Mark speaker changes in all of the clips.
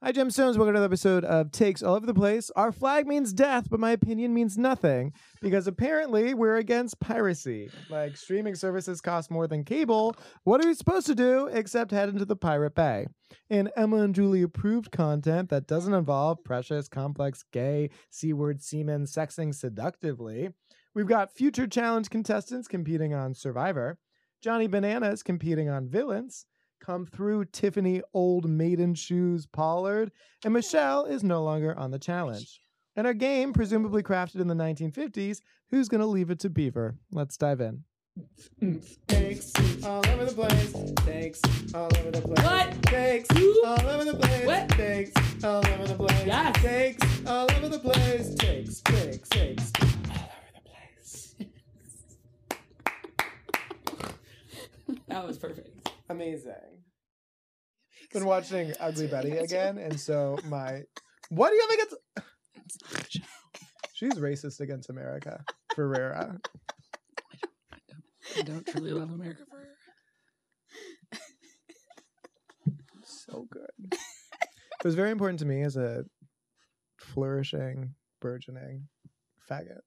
Speaker 1: Hi, Gemstones. Welcome to another episode of Takes All Over the Place. Our flag means death, but my opinion means nothing because apparently we're against piracy. Like, streaming services cost more than cable. What are we supposed to do except head into the Pirate Bay? In Emma and Julie approved content that doesn't involve precious, complex, gay, C word semen sexing seductively. We've got future challenge contestants competing on Survivor. Johnny Bananas competing on Villains. Come through Tiffany Old Maiden Shoes Pollard, and Michelle is no longer on the challenge. And our game, presumably crafted in the 1950s, who's going to leave it to Beaver? Let's dive in. Thanks all over the place. Thanks all over the place.
Speaker 2: What?
Speaker 1: Thanks
Speaker 2: Who?
Speaker 1: all over the place.
Speaker 2: What?
Speaker 1: Thanks all over the place.
Speaker 2: Yes.
Speaker 1: Thanks all over the place. Thanks, thanks, thanks.
Speaker 2: That was perfect.
Speaker 1: Amazing. Been watching Ugly Betty again, and so my. What do you have against? She's racist against America. Ferrera.
Speaker 2: I don't truly love America for her.
Speaker 1: So good. It was very important to me as a flourishing, burgeoning faggot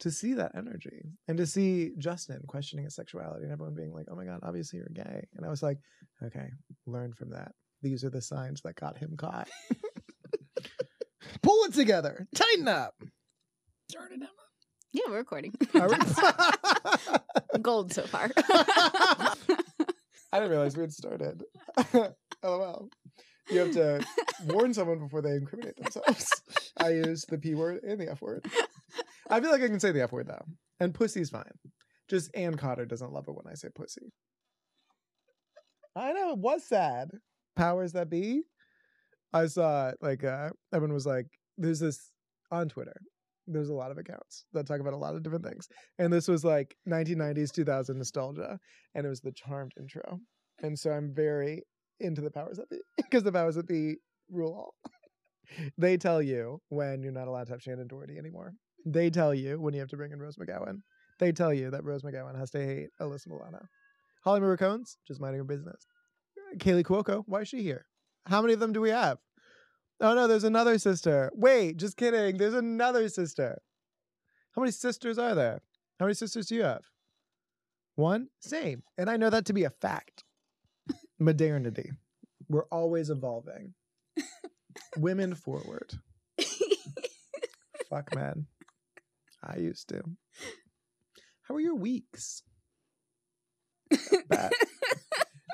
Speaker 1: to see that energy and to see Justin questioning his sexuality and everyone being like, oh my God, obviously you're gay. And I was like, okay, learn from that. These are the signs that got him caught. Pull it together. Tighten up.
Speaker 2: Darn it, Emma.
Speaker 3: Yeah, we're recording.
Speaker 1: Are we-
Speaker 3: Gold so far.
Speaker 1: I didn't realize we had started. LOL. You have to warn someone before they incriminate themselves. I use the P word and the F word. I feel like I can say the F word though. And pussy's fine. Just Ann Cotter doesn't love it when I say pussy. I know, it was sad. Powers that be. I saw like uh everyone was like, there's this on Twitter. There's a lot of accounts that talk about a lot of different things. And this was like 1990s, 2000 nostalgia. And it was the Charmed intro. And so I'm very into the powers that be because the powers that be rule all. they tell you when you're not allowed to have Shannon Doherty anymore. They tell you when you have to bring in Rose McGowan. They tell you that Rose McGowan has to hate Alyssa Milano. Holly Marie Combs, just minding her business. Kaylee Cuoco, why is she here? How many of them do we have? Oh no, there's another sister. Wait, just kidding. There's another sister. How many sisters are there? How many sisters do you have? One? Same. And I know that to be a fact. Modernity. We're always evolving. Women forward. Fuck, man. I used to. How are your weeks? Bad.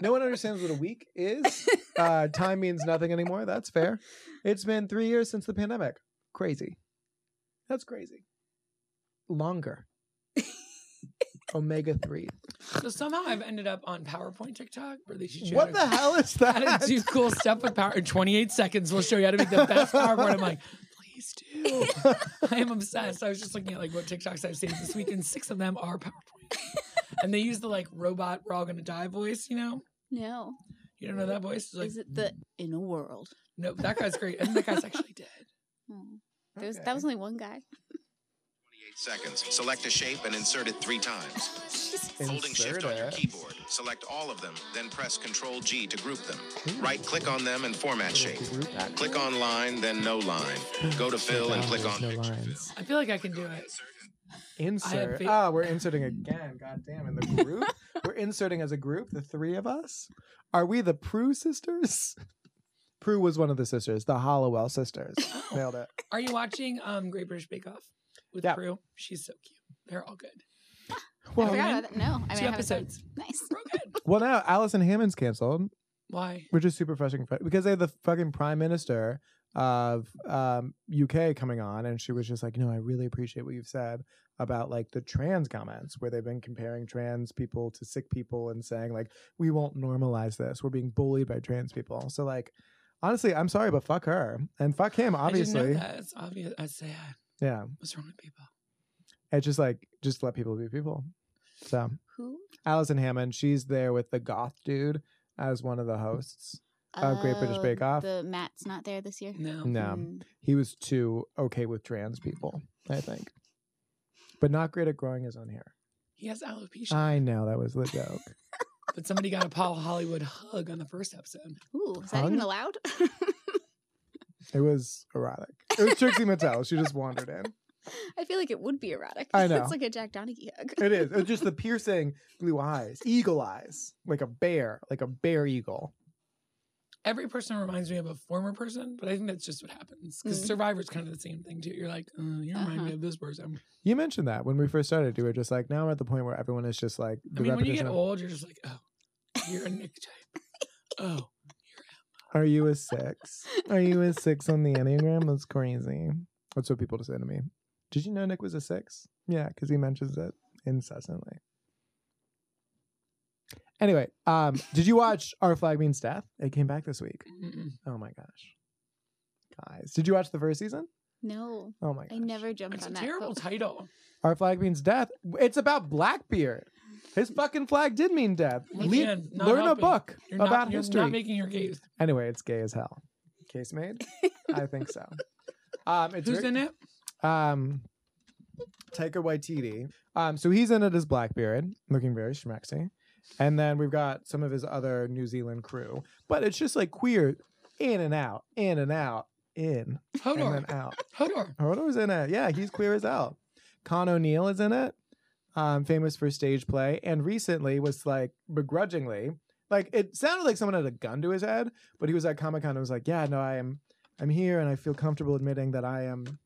Speaker 1: No one understands what a week is. Uh, time means nothing anymore. That's fair. It's been three years since the pandemic. Crazy. That's crazy. Longer. Omega 3.
Speaker 2: So somehow I've ended up on PowerPoint TikTok where they teach you
Speaker 1: What
Speaker 2: how
Speaker 1: the
Speaker 2: to,
Speaker 1: hell is
Speaker 2: how
Speaker 1: that?
Speaker 2: to do cool stuff with power. In 28 seconds, we'll show you how to make the best PowerPoint. I'm like, please do. I am obsessed. I was just looking at like what TikToks I've saved this week, and six of them are PowerPoint. And they use the like robot, we're all gonna die voice, you know?
Speaker 3: no.
Speaker 2: You don't know that voice? It's like,
Speaker 3: Is it the in a world?
Speaker 2: nope, that guy's great. And that guy's actually dead.
Speaker 3: Hmm. There's, That was only one guy.
Speaker 4: 28 seconds. Select a shape and insert it three times. Holding shift on your keyboard. Select all of them, then press Control G to group them. Right click on them and format shape. Click on line, then no line. Go to fill and click on picture.
Speaker 2: I feel like I can do it.
Speaker 1: Insert.
Speaker 2: faith.
Speaker 1: Ah, we're inserting again. God damn, in the group. we're inserting as a group, the three of us. Are we the Prue sisters? Prue was one of the sisters, the Hollowell sisters. Nailed it.
Speaker 2: Are you watching um Great British Bake Off with
Speaker 1: Yeah.
Speaker 2: Prue? She's so cute. They're all good.
Speaker 3: I
Speaker 1: Well,
Speaker 3: forgot
Speaker 2: man.
Speaker 3: about that. No, I mean,
Speaker 2: Two
Speaker 3: I haven't started.
Speaker 2: episodes.
Speaker 3: Nice.
Speaker 2: We're all good.
Speaker 1: well now Allison Hammond's canceled,
Speaker 2: Why?
Speaker 1: which is super frustrating fr- because they had the fucking prime minister of um, UK coming on, and she was just like, "No, I really appreciate what you've said about like the trans comments, where they've been comparing trans people to sick people and saying like we won't normalize this. We're being bullied by trans people." So like, honestly, I'm sorry, but fuck her and fuck him.
Speaker 2: I didn't
Speaker 1: Obviously,
Speaker 2: know that. It's obvious. I say I-
Speaker 1: yeah.
Speaker 2: what's wrong with people.
Speaker 1: It's just like just let people be people. So
Speaker 3: Who?
Speaker 1: Allison Hammond, she's there with the goth dude as one
Speaker 2: Mm.
Speaker 1: of the hosts. Uh, Great British
Speaker 3: Oh,
Speaker 1: Bake Off.
Speaker 3: The Matt's not there this year.
Speaker 2: No.
Speaker 1: No.
Speaker 3: Hmm.
Speaker 1: he was too okay with trans people, I think. But not great at growing his own hair. Uh,
Speaker 2: He has alopecia.
Speaker 1: I know that was the joke.
Speaker 2: But somebody got a Paul Hollywood hug on the first episode.
Speaker 3: Ooh, is that even
Speaker 1: Hung?
Speaker 3: allowed?
Speaker 1: It was erotic. It was Trixie Mattel. She just wandered in.
Speaker 3: I feel like it would be erotic.
Speaker 1: I know.
Speaker 3: it's like a Jack Donaghy hug.
Speaker 1: It is. It's just the piercing blue eyes, eagle eyes, like a bear, like a bear eagle.
Speaker 2: Every person reminds me of a former person, but I think that's just what happens. Because
Speaker 3: Mm.
Speaker 2: Survivor's kind of the same thing, too. You're like, uh, you remind me
Speaker 3: Uh-huh.
Speaker 2: of this person.
Speaker 1: You mentioned that when we first started, you were just like, now we're at the point where everyone is just like,
Speaker 2: I
Speaker 1: the
Speaker 2: mean, when you
Speaker 1: repetition.
Speaker 2: get
Speaker 1: of,
Speaker 2: old, you're just like, oh, you're a Nick type. Oh,
Speaker 1: Are you a six? Are you a six on the Enneagram? That's crazy. That's what people just say to me. Did you know Nick was a six? Yeah, because he mentions it incessantly. Anyway, um, did you watch Our Flag Means Death? It came back this week.
Speaker 2: mm-mm.
Speaker 1: Oh my gosh. Guys, did you watch the first season?
Speaker 3: No,
Speaker 1: Oh my gosh.
Speaker 3: I never jumped
Speaker 2: it's a
Speaker 3: on that.
Speaker 2: terrible
Speaker 3: boat.
Speaker 2: title.
Speaker 1: Our Flag Means Death. It's about Blackbeard. His fucking flag did mean death. Le-
Speaker 2: Again, not
Speaker 1: learn a
Speaker 2: helping.
Speaker 1: book
Speaker 2: You're
Speaker 1: about
Speaker 2: not,
Speaker 1: history.
Speaker 2: You're not making your case.
Speaker 1: Anyway, it's gay as hell. Case made? I think so. Um, it's
Speaker 2: Who's
Speaker 1: writ-
Speaker 2: in it?
Speaker 1: Um, Taika Waititi. Um, so he's in it as Blackbeard, looking very schmexy. And then we've got some of his other New Zealand crew. But it's just like queer in and out, in and out, in and
Speaker 2: Hodor.
Speaker 1: then out.
Speaker 2: Hodor.
Speaker 1: Hodor's in it. Yeah, he's queer as hell. Con O'Neill is in it, um, famous for stage play, and recently was like begrudgingly, like it sounded like someone had a gun to his head, but he was at Comic Con and was like, "Yeah, no, I am, I'm here, and I feel comfortable admitting that I am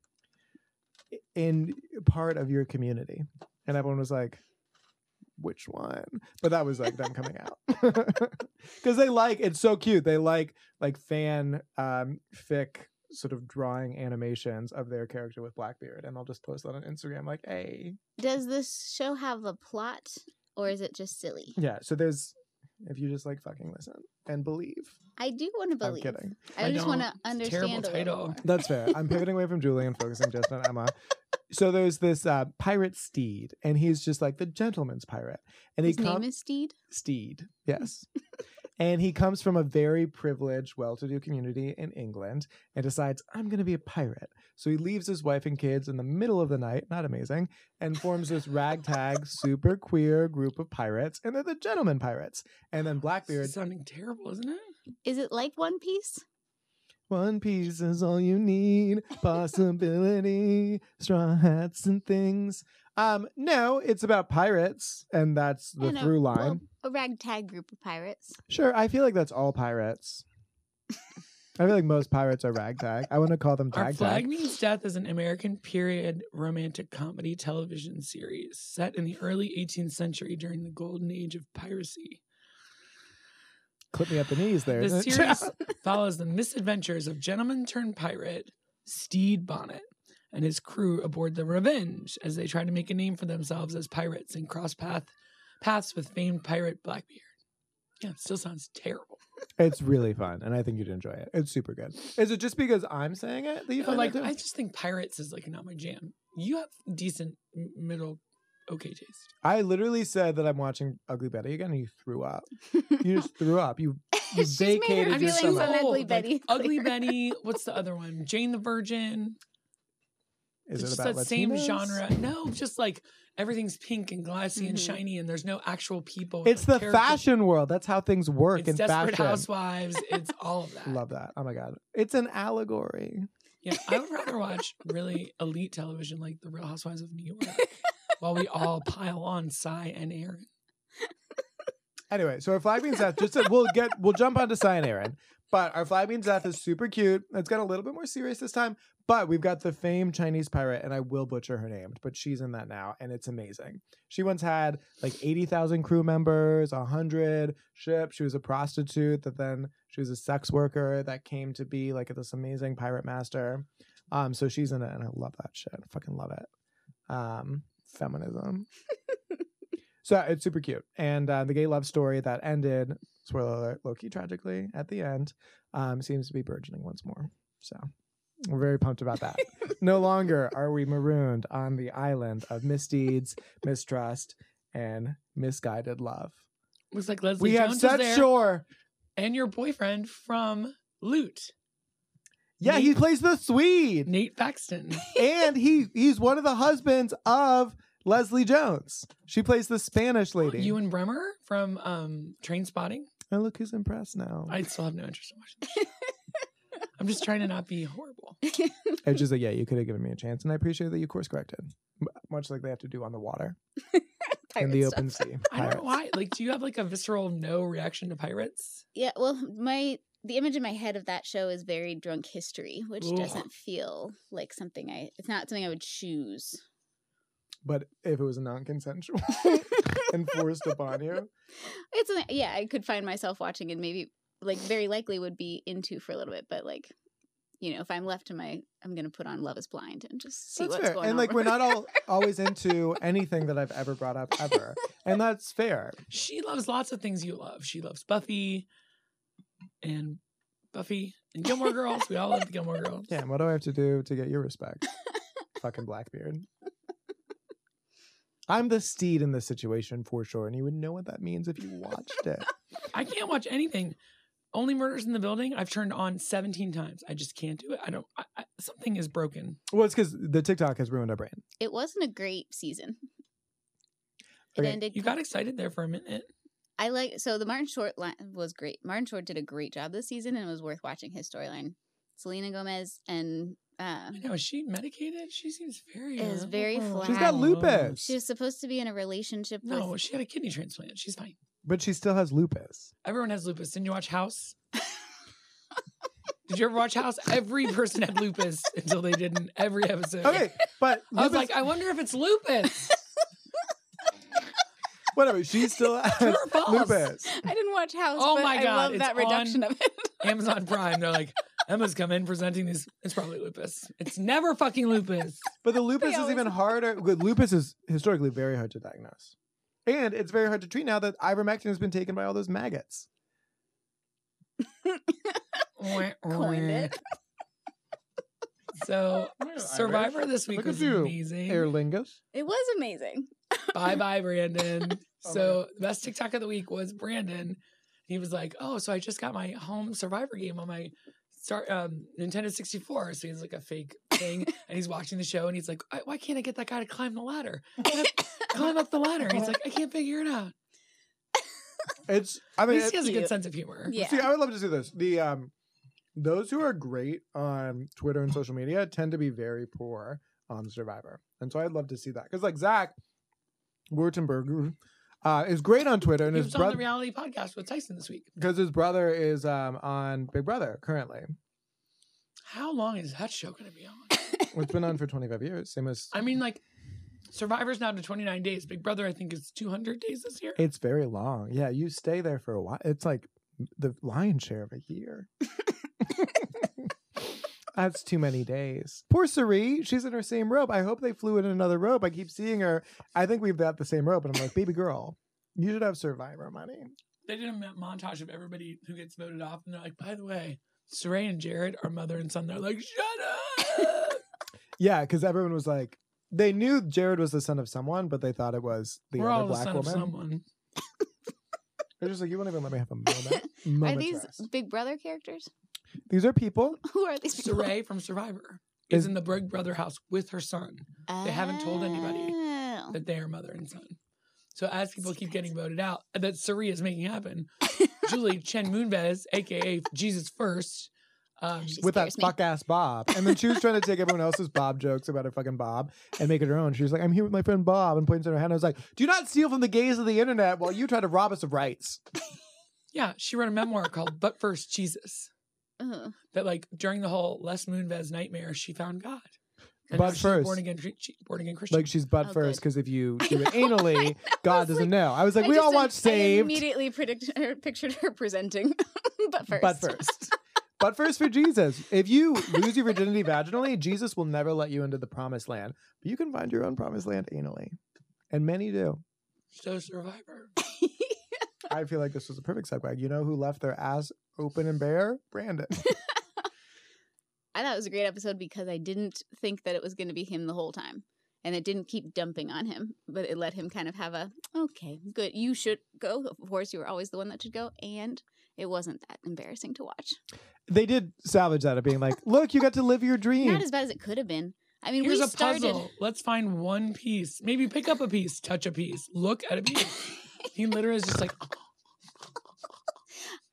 Speaker 1: i- in part of your community." And everyone was like, "Which one?" But that was like them coming out because they like it's so cute. They like like fan um, fic sort of drawing animations of their character with Blackbeard, and they'll just post that on Instagram, like, "Hey,
Speaker 3: Does this show have a plot, or is it just silly?
Speaker 1: yeah." So there's, if you just like fucking listen and believe,
Speaker 3: I do want to
Speaker 1: I'm
Speaker 3: believe.
Speaker 1: kidding.
Speaker 3: I,
Speaker 2: I
Speaker 3: just want to
Speaker 2: don't. It's a terrible
Speaker 3: understand a
Speaker 2: title.
Speaker 3: little more.
Speaker 1: That's fair. I'm pivoting away from Julie and focusing just on Emma. So there's this uh, pirate steed, and he's just like the gentleman's pirate, and he
Speaker 3: His
Speaker 1: comes
Speaker 3: name is Steed.
Speaker 1: steed, yes. and he comes from a very privileged, well-to-do community in England, and decides I'm going to be a pirate. So he leaves his wife and kids in the middle of the night, not amazing, and forms this ragtag, super queer group of pirates, and they're the gentlemen pirates. And then Blackbeard,
Speaker 2: It's sounding terrible, isn't it?
Speaker 3: Is it like One Piece?
Speaker 1: one piece is all you need, possibility, straw hats and things. Um, no, it's about pirates, and that's the
Speaker 3: And a-
Speaker 1: through line.
Speaker 3: well, a ragtag group of pirates.
Speaker 1: Sure, I feel like that's all pirates. I feel like most pirates are ragtag. I want to call them
Speaker 2: Our
Speaker 1: tag
Speaker 2: Flag
Speaker 1: tag.
Speaker 2: Means Death is an American period romantic comedy television series set in the early 18th century during the golden age of piracy.
Speaker 1: Clip me at the knees there.
Speaker 2: The series follows the misadventures of gentleman turned pirate Steed Bonnet and his crew aboard the Revenge as they try to make a name for themselves as pirates and cross path paths with famed pirate Blackbeard. Yeah, it still sounds terrible.
Speaker 1: it's really fun, and I think you'd enjoy it. It's super good. Is it just because I'm saying it that you
Speaker 2: But
Speaker 1: find
Speaker 2: like,
Speaker 1: it too?
Speaker 2: I just think pirates is like not my jam. You have decent m- middle, okay taste.
Speaker 1: I literally said that I'm watching Ugly Betty again, and you threw up. You just threw up. You You
Speaker 3: She's made her
Speaker 1: vacated your
Speaker 3: feelings
Speaker 1: stomach.
Speaker 3: on Ugly
Speaker 2: Oh, Like,
Speaker 3: Betty.
Speaker 2: Ugly
Speaker 3: clear.
Speaker 2: Betty. What's the other one? Jane the Virgin.
Speaker 1: is
Speaker 2: it's
Speaker 1: it
Speaker 2: just
Speaker 1: about
Speaker 2: that same
Speaker 1: Latinos?
Speaker 2: genre. No, just like everything's pink and glassy and
Speaker 3: Mhm.
Speaker 2: shiny, and there's no actual people.
Speaker 1: It's the
Speaker 2: like, characters.
Speaker 1: fashion world. That's how things work
Speaker 2: It's
Speaker 1: in
Speaker 2: Desperate
Speaker 1: fashion.
Speaker 2: Housewives. It's all of that.
Speaker 1: Love that. Oh my god, it's an allegory.
Speaker 2: Yeah, I would rather watch really elite television like The Real Housewives of New York, while we all pile on Cy and Aaron.
Speaker 1: Anyway, so our flag means death. Just to, we'll get we'll jump onto Cyan Aaron, but our flag means death is super cute. It's got a little bit more serious this time, but we've got the famed Chinese pirate, and I will butcher her name, but she's in that now, and it's amazing. She once had like eighty thousand crew members, hundred ships. She was a prostitute that then she was a sex worker that came to be like this amazing pirate master. Um, so she's in it, and I love that shit. I fucking love it. Um, feminism. So uh, it's super cute. And uh, the gay love story that ended, spoiler alert, low key tragically at the end, um, seems to be burgeoning once more. So we're very pumped about that. no longer are we marooned on the island of misdeeds, mistrust, and misguided love.
Speaker 2: Looks like Leslie
Speaker 1: We have
Speaker 2: Jones is
Speaker 1: set
Speaker 2: there,
Speaker 1: shore.
Speaker 2: and your boyfriend from Loot,
Speaker 1: Yeah, he
Speaker 2: Nate-
Speaker 1: plays the Swede.
Speaker 2: Nate Paxton.
Speaker 1: and he he's one of the husbands of Leslie Jones. She plays the Spanish lady.
Speaker 2: You and Bremer from um, Train Spotting.
Speaker 1: and look who's impressed now.
Speaker 2: I still have no interest in watching. This show. I'm just trying to not be horrible.
Speaker 1: It's just like, yeah, you could have given me a chance, and I appreciate that you course corrected, M- much like they have to do on the water in
Speaker 5: Pirate
Speaker 1: the
Speaker 5: stuff.
Speaker 1: open sea.
Speaker 2: I don't know
Speaker 1: Pirates.
Speaker 2: why. Like, do you have like a visceral no reaction to pirates?
Speaker 3: Yeah, well, my the image in my head of that show is very drunk history, which
Speaker 2: Ugh.
Speaker 3: doesn't feel like something I. It's not something I would choose.
Speaker 1: But if it was non-consensual and forced upon you,
Speaker 3: It's something- yeah, I could find myself watching and maybe like very likely would be into for a little bit, but like you know, if I'm left to my, I'm gonna put on Love Is Blind and just see
Speaker 1: that's
Speaker 3: what's
Speaker 1: fair.
Speaker 3: going
Speaker 1: And
Speaker 3: on.
Speaker 1: like,
Speaker 3: with
Speaker 1: we're
Speaker 3: her.
Speaker 1: not all always into anything that I've ever brought up ever, and that's fair.
Speaker 2: She loves lots of things you love. She loves Buffy and Buffy and Gilmore Girls. We all love the Gilmore Girls.
Speaker 1: Yeah, and what do I have to do to get your respect? Fucking Blackbeard. I'm the steed in this situation for sure, and you would know what that means if you watched it.
Speaker 2: I can't watch anything. Only Murders in the Building. I've turned on 17 times. I just can't do it. I don't. I, I, something is broken.
Speaker 1: Well, it's because the TikTok has ruined our brain.
Speaker 3: It wasn't a great season. It
Speaker 1: Okay,
Speaker 3: ended.
Speaker 2: You got excited there for a minute.
Speaker 3: I like so the Martin Short line was great. Martin Short did a great job this season, and it was worth watching his storyline. Selena Gomez and uh,
Speaker 2: I know. Is she medicated? She seems very. uh, oh.
Speaker 3: Is very
Speaker 1: She's got lupus,
Speaker 3: she was supposed to be in a relationship
Speaker 2: No,
Speaker 3: with.
Speaker 2: she had a kidney transplant. She's fine.
Speaker 1: but she still has lupus.
Speaker 2: Everyone has lupus. Didn't you watch House? Did you ever watch House? Every person had lupus until they didn't. Every episode.
Speaker 1: Okay, but
Speaker 2: I was
Speaker 1: lupus-
Speaker 2: like, I wonder if it's lupus.
Speaker 1: whatever. She still
Speaker 2: True
Speaker 1: has
Speaker 2: or false?
Speaker 1: lupus.
Speaker 3: I didn't watch House.
Speaker 2: Oh
Speaker 3: but
Speaker 2: my
Speaker 3: I
Speaker 2: God,
Speaker 3: love
Speaker 2: it's
Speaker 3: that reduction of it.
Speaker 2: Amazon Prime. They're like, Emma's come in presenting these. It's probably lupus. It's never fucking lupus.
Speaker 1: But the lupus is
Speaker 3: always
Speaker 1: even harder. Good, lupus is historically very hard to diagnose, and it's very hard to treat now that ivermectin has been taken by all those maggots.
Speaker 3: Coined it.
Speaker 2: So Survivor this week
Speaker 1: Look at
Speaker 2: was
Speaker 1: you,
Speaker 2: amazing.
Speaker 1: Aer Lingus.
Speaker 3: It was amazing.
Speaker 2: Bye bye, Brandon.
Speaker 1: Oh my
Speaker 2: so the best TikTok of the week was Brandon. He was like, "Oh, so I just got my home Survivor game on my start um, Nintendo 64." So he's like a fake thing, and he's watching the show, and he's like, I, "Why can't I get that guy to climb the ladder? Climb up, climb up the ladder." He's like, "I can't figure it out."
Speaker 1: It's. I
Speaker 2: At
Speaker 1: mean,
Speaker 2: least he
Speaker 1: it-
Speaker 2: has a
Speaker 3: Cute.
Speaker 2: good sense of humor.
Speaker 3: Yeah.
Speaker 1: see, I would love to see this. The um, those who are great on Twitter and social media tend to be very poor on Survivor, and so I'd love to see that because like Zach Wurtemberger uh, is great on Twitter, and
Speaker 2: he
Speaker 1: his
Speaker 2: was on
Speaker 1: brother
Speaker 2: the reality podcast with Tyson this week.
Speaker 1: because his brother is um on Big Brother currently.
Speaker 2: How long is that show going to be on?
Speaker 1: It's been on for 25 years. Same as
Speaker 2: I mean, like, Survivor's now to 29 days. Big Brother, I think, is 200 days this year.
Speaker 1: it's very long. Yeah, you stay there for a while. It's like the lion's share of a year. That's too many days. Poor Sari, she's in her same robe. I hope they flew in another robe. I keep seeing her. I think we've got the same robe, and I'm like, baby girl, you should have survivor money.
Speaker 2: They did a mo- montage of everybody who gets voted off, and they're like, by the way, Saray and Jared are mother and son. They're like, shut up.
Speaker 1: Yeah, because everyone was like, they knew Jared was the son of someone, but they thought it was the
Speaker 2: We're
Speaker 1: other
Speaker 2: all the
Speaker 1: black
Speaker 2: son of
Speaker 1: woman.
Speaker 2: someone.
Speaker 1: They're just like, you won't even let me have a moment. moment's
Speaker 3: are these
Speaker 1: rest."
Speaker 3: Big Brother characters?
Speaker 1: These are people.
Speaker 3: Who are these? people?
Speaker 2: Saray from Survivor is
Speaker 1: Is-
Speaker 2: in the Big Brother house with her son they haven't told anybody.
Speaker 3: Oh.
Speaker 2: that they are mother and son. So as people keep getting voted out, that Saray is making happen, Julie Chen Moonves, aka Jesus First, um,
Speaker 3: She's- He
Speaker 1: with that
Speaker 3: scares me.
Speaker 1: fuck ass Bob. And then she was trying to take everyone else's Bob jokes about her fucking Bob and make it her own. She was like, I'm here with my friend Bob and points at her hand. I was like, Do not steal from the gaze of the internet while you try to rob us of rights.
Speaker 2: yeah, she wrote a memoir called But First Jesus.
Speaker 3: Ugh.
Speaker 2: that like during the whole Les Moonves nightmare, she found God.
Speaker 1: But
Speaker 2: now she's a
Speaker 1: first-
Speaker 2: born again, Chri- she- born again Christian.
Speaker 1: Like she's butt
Speaker 3: Oh,
Speaker 1: first
Speaker 3: good.
Speaker 1: because if you
Speaker 3: I
Speaker 1: do it
Speaker 3: know, I
Speaker 1: anally,
Speaker 3: know.
Speaker 1: God
Speaker 3: was
Speaker 1: doesn't
Speaker 3: like-
Speaker 1: know. I was like,
Speaker 3: I
Speaker 1: We
Speaker 3: just
Speaker 1: all
Speaker 3: im-
Speaker 1: watched
Speaker 3: I
Speaker 1: Saved,
Speaker 3: immediately predict- or pictured her presenting, but first.
Speaker 1: but first. But first for Jesus. If you lose your virginity vaginally, Jesus will never let you into the promised land. But you can find your own promised land anally. And many do.
Speaker 2: so survivor.
Speaker 1: I feel like this was a perfect segue. You know who left their ass open and bare? Brandon.
Speaker 3: I thought it was a great episode because I didn't think that it was going to be him the whole time. And it didn't keep dumping on him, but it let him kind of have a, okay, good. You should go. Of course, you were always the one that should go. And it wasn't that embarrassing to watch.
Speaker 1: they did salvage that of being like, look, you got to live your dream.
Speaker 3: Not as bad as it could have been. I mean,
Speaker 2: Here's
Speaker 3: we
Speaker 2: a
Speaker 3: started.
Speaker 2: puzzle. Let's find one piece. Maybe pick up a piece, touch a piece, look at a piece. he literally is just like,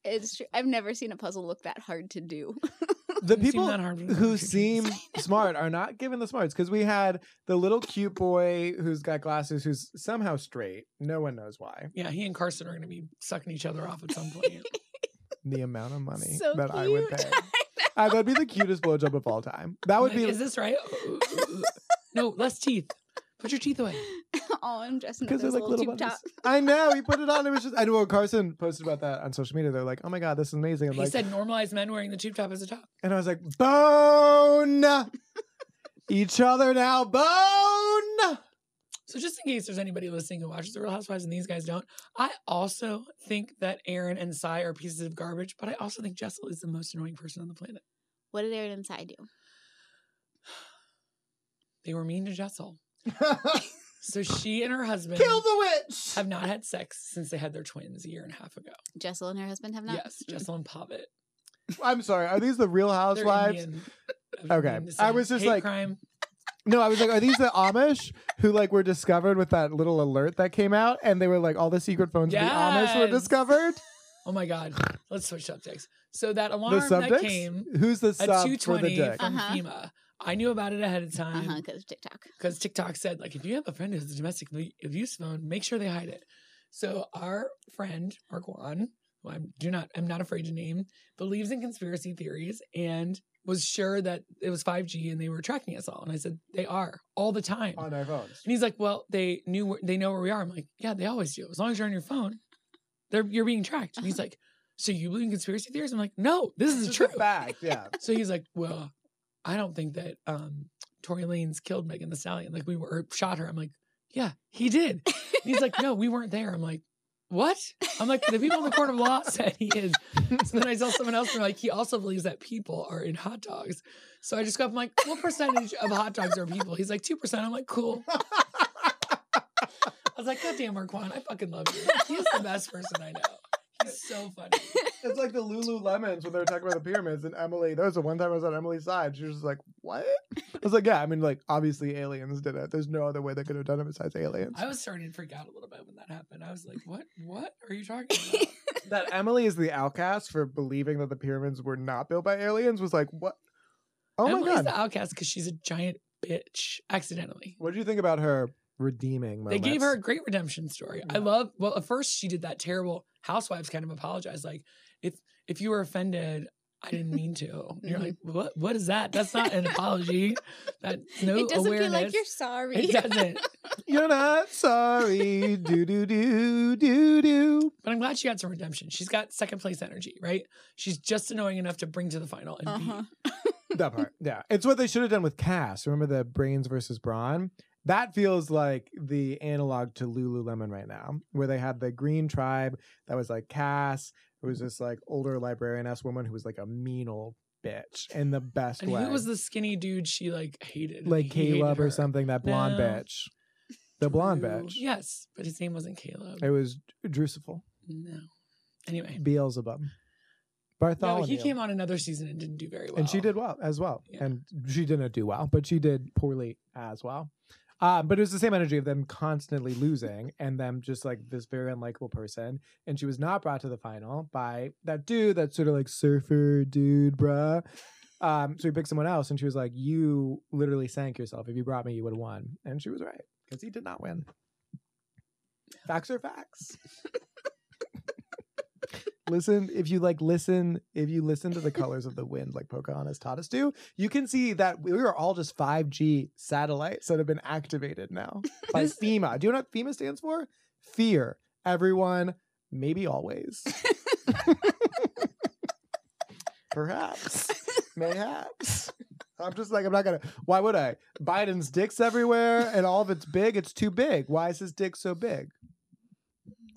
Speaker 3: It's true. I've never seen a puzzle look that hard to do.
Speaker 1: The
Speaker 2: "Doesn't seem
Speaker 1: people
Speaker 2: that hard for
Speaker 1: who
Speaker 2: you to do."
Speaker 1: seem smart are not given the smarts because we had the little cute boy who's got glasses who's somehow straight. No one knows why.
Speaker 2: Yeah, he and Carson are going to be sucking each other off at some point.
Speaker 1: The amount of money
Speaker 3: so
Speaker 1: that I would
Speaker 3: cute.
Speaker 1: pay. Uh, that'd be the cutest blowjob of all time. That would
Speaker 2: Like,
Speaker 1: be
Speaker 2: Is this right? no, less teeth. Put your teeth away.
Speaker 3: oh, I'm dressing up
Speaker 1: because
Speaker 3: as
Speaker 1: they're
Speaker 3: a
Speaker 1: like
Speaker 3: little
Speaker 1: little
Speaker 3: tube top.
Speaker 1: bunnies. I know he put it on. It was just I know what Carson posted about that on social media. They're like, "Oh my god, this is amazing!" I'm
Speaker 2: He
Speaker 1: like,
Speaker 2: said normalized men wearing the tube top as a top.
Speaker 1: and I was like, "Bone each other now, bone."
Speaker 2: So just in case there's anybody listening who watches The Real Housewives and these guys don't, I also think that Aaron and Cy are pieces of garbage, but I also think Jessel is the most annoying person on the planet.
Speaker 3: What did Aaron and Sai do?
Speaker 2: They were mean to Jessel. So she and her husband
Speaker 1: Kill the witch.
Speaker 2: have not had sex since they had their twins a year and a half ago.
Speaker 3: Jessel and her husband have not.
Speaker 2: Yes, Jessel and Pavitt.
Speaker 1: I'm sorry. Are these the Real
Speaker 2: They're
Speaker 1: Housewives?
Speaker 2: Indian of
Speaker 1: Okay.
Speaker 2: Indian
Speaker 1: I was
Speaker 2: descent.
Speaker 1: just
Speaker 2: Hate
Speaker 1: like-
Speaker 2: crime.
Speaker 1: No, I was like, are these the Amish who like were discovered with that little alert that came out, and they were like all the secret phones of the Amish were
Speaker 2: Yes.
Speaker 1: discovered?
Speaker 2: Oh my god. Let's switch subjects. So that alarm
Speaker 1: the
Speaker 2: that
Speaker 1: subjects.
Speaker 2: came
Speaker 1: Who's the
Speaker 2: at
Speaker 1: sub for the
Speaker 2: 220
Speaker 1: dick?
Speaker 2: from
Speaker 3: Uh-huh.
Speaker 2: FEMA. I knew about it ahead of
Speaker 3: Uh
Speaker 2: time
Speaker 3: huh. Because of TikTok.
Speaker 2: because TikTok said like if you have a friend who has a domestic abu- abuse phone, make sure they hide it. So our friend Marquan, who I'm do not I'm not afraid to name, believes in conspiracy theories and was sure that it was 5G and they were tracking us all. And I said they are all the time.
Speaker 1: on our phones.
Speaker 2: And he's like, "Well, they knew where, they know where we are." I'm like, "Yeah, they always do. As long as you're on your phone, they're you're being tracked." And he's like, "So you believe in conspiracy theories?" I'm like, "No, this is the
Speaker 1: Just a
Speaker 2: truth."
Speaker 1: fact. Yeah.
Speaker 2: So he's like, "Well, I don't think that um, Tory Lanez killed Megan Thee Stallion. Like we were or shot her." I'm like, "Yeah, he did." And he's like, "No, we weren't there." I'm like, "What?" I'm like, "The people in the court of law said he is." So then I saw someone else and like, "He also believes that people are in hot dogs." So I just go up, I'm like, "What percentage of hot dogs are people?" He's like, 2%." I'm like, "Cool." I was like, God damn, Marquand, I fucking love you. He's the best person I know. He's so funny.
Speaker 1: It's like the Lululemons when they were talking about the pyramids and Emily. That was the one time I was on Emily's side. She was just like, "What?" I was like, "Yeah, I mean, like obviously aliens did it. There's no other way they could have done it besides aliens."
Speaker 2: I was starting to freak out a little bit when that happened. I was like, what? What are you talking about?
Speaker 1: that Emily is the outcast for believing that the pyramids were not built by aliens was like, "What?" Oh
Speaker 2: Emily's
Speaker 1: my god!
Speaker 2: the outcast because she's a giant bitch accidentally.
Speaker 1: What do you think about her redeeming?
Speaker 2: They
Speaker 1: Moments?
Speaker 2: gave her a great redemption story.
Speaker 1: Yeah.
Speaker 2: I love. Well, at first she did that terrible housewives kind of apologize, like if if you were offended, I didn't mean to. And you're like,
Speaker 3: Mm-hmm.
Speaker 2: what? What is that? That's not an apology. That no
Speaker 3: it doesn't
Speaker 2: awareness.
Speaker 3: feel like you're sorry.
Speaker 2: it doesn't.
Speaker 1: You're not sorry. do do do do do.
Speaker 2: But I'm glad she got some redemption. She's got second place energy, right? She's just annoying enough to bring to the final and
Speaker 3: Uh-huh.
Speaker 2: beat.
Speaker 1: That part. Yeah. It's what they should have done with Cass. Remember the brains versus brawn? That feels like the analog to Lululemon right now, where they had the green tribe that was like Cass, who was this like older librarian ass woman who was like a mean old bitch in the best
Speaker 2: And
Speaker 1: way.
Speaker 2: who was the skinny dude she like hated? and
Speaker 1: like
Speaker 2: he hated
Speaker 1: Caleb or
Speaker 2: her?
Speaker 1: something, that blonde
Speaker 2: No.
Speaker 1: bitch. The blonde
Speaker 2: Drew-
Speaker 1: bitch.
Speaker 2: Yes, but his name wasn't Caleb.
Speaker 1: It was Drusiful.
Speaker 2: No. Anyway,
Speaker 1: Beelzebub.
Speaker 2: no,
Speaker 1: Bartholomew.
Speaker 2: he came on another season and didn't do very well.
Speaker 1: and she did well as well
Speaker 2: Yeah.
Speaker 1: and she didn't do well but she did poorly as well um, but it was the same energy of them constantly losing and them just like this very unlikable person and she was not brought to the final by that dude that sort of like surfer dude bruh um, so he picked someone else and she was like you literally sank yourself if you brought me you would have won and she was right because he did not win facts are facts listen if you like listen if you listen to the colors of the wind like pocahontas taught us to you can see that we are all just 5g satellites that have been activated now by
Speaker 2: This-
Speaker 1: fema do you know what fema stands for fear everyone maybe always perhaps mayhaps i'm just like i'm not gonna why would i biden's dick's everywhere and all of it's big it's too big why is his dick so big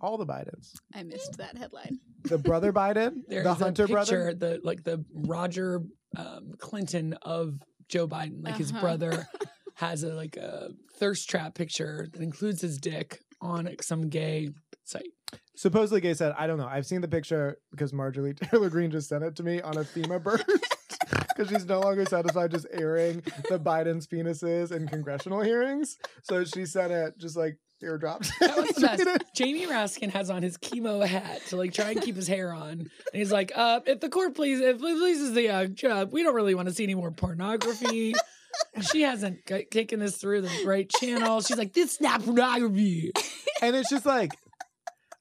Speaker 1: all the bidens
Speaker 3: I missed that headline.
Speaker 1: the brother Biden,
Speaker 2: There's
Speaker 1: the
Speaker 2: a
Speaker 1: Hunter
Speaker 2: picture,
Speaker 1: brother.
Speaker 2: the like the Roger um, Clinton of Joe Biden, like his
Speaker 3: Uh-huh.
Speaker 2: brother has a like a thirst trap picture that includes his dick on some gay site.
Speaker 1: Supposedly gay said, I don't know. I've seen the picture because Marjorie Taylor Green just sent it to me on a FEMA bird. because she's no longer satisfied just airing the Biden's penises in congressional hearings. So she sent it just like airdropped.
Speaker 2: That was the best. Jamie Raskin has on his chemo hat to like try and keep his hair on, and he's like, "Uh, if the court please, if it pleases the uh, job, we don't really want to see any more pornography." she hasn't g- taken this through the right channel. She's like, "This is not pornography."
Speaker 1: and it's just like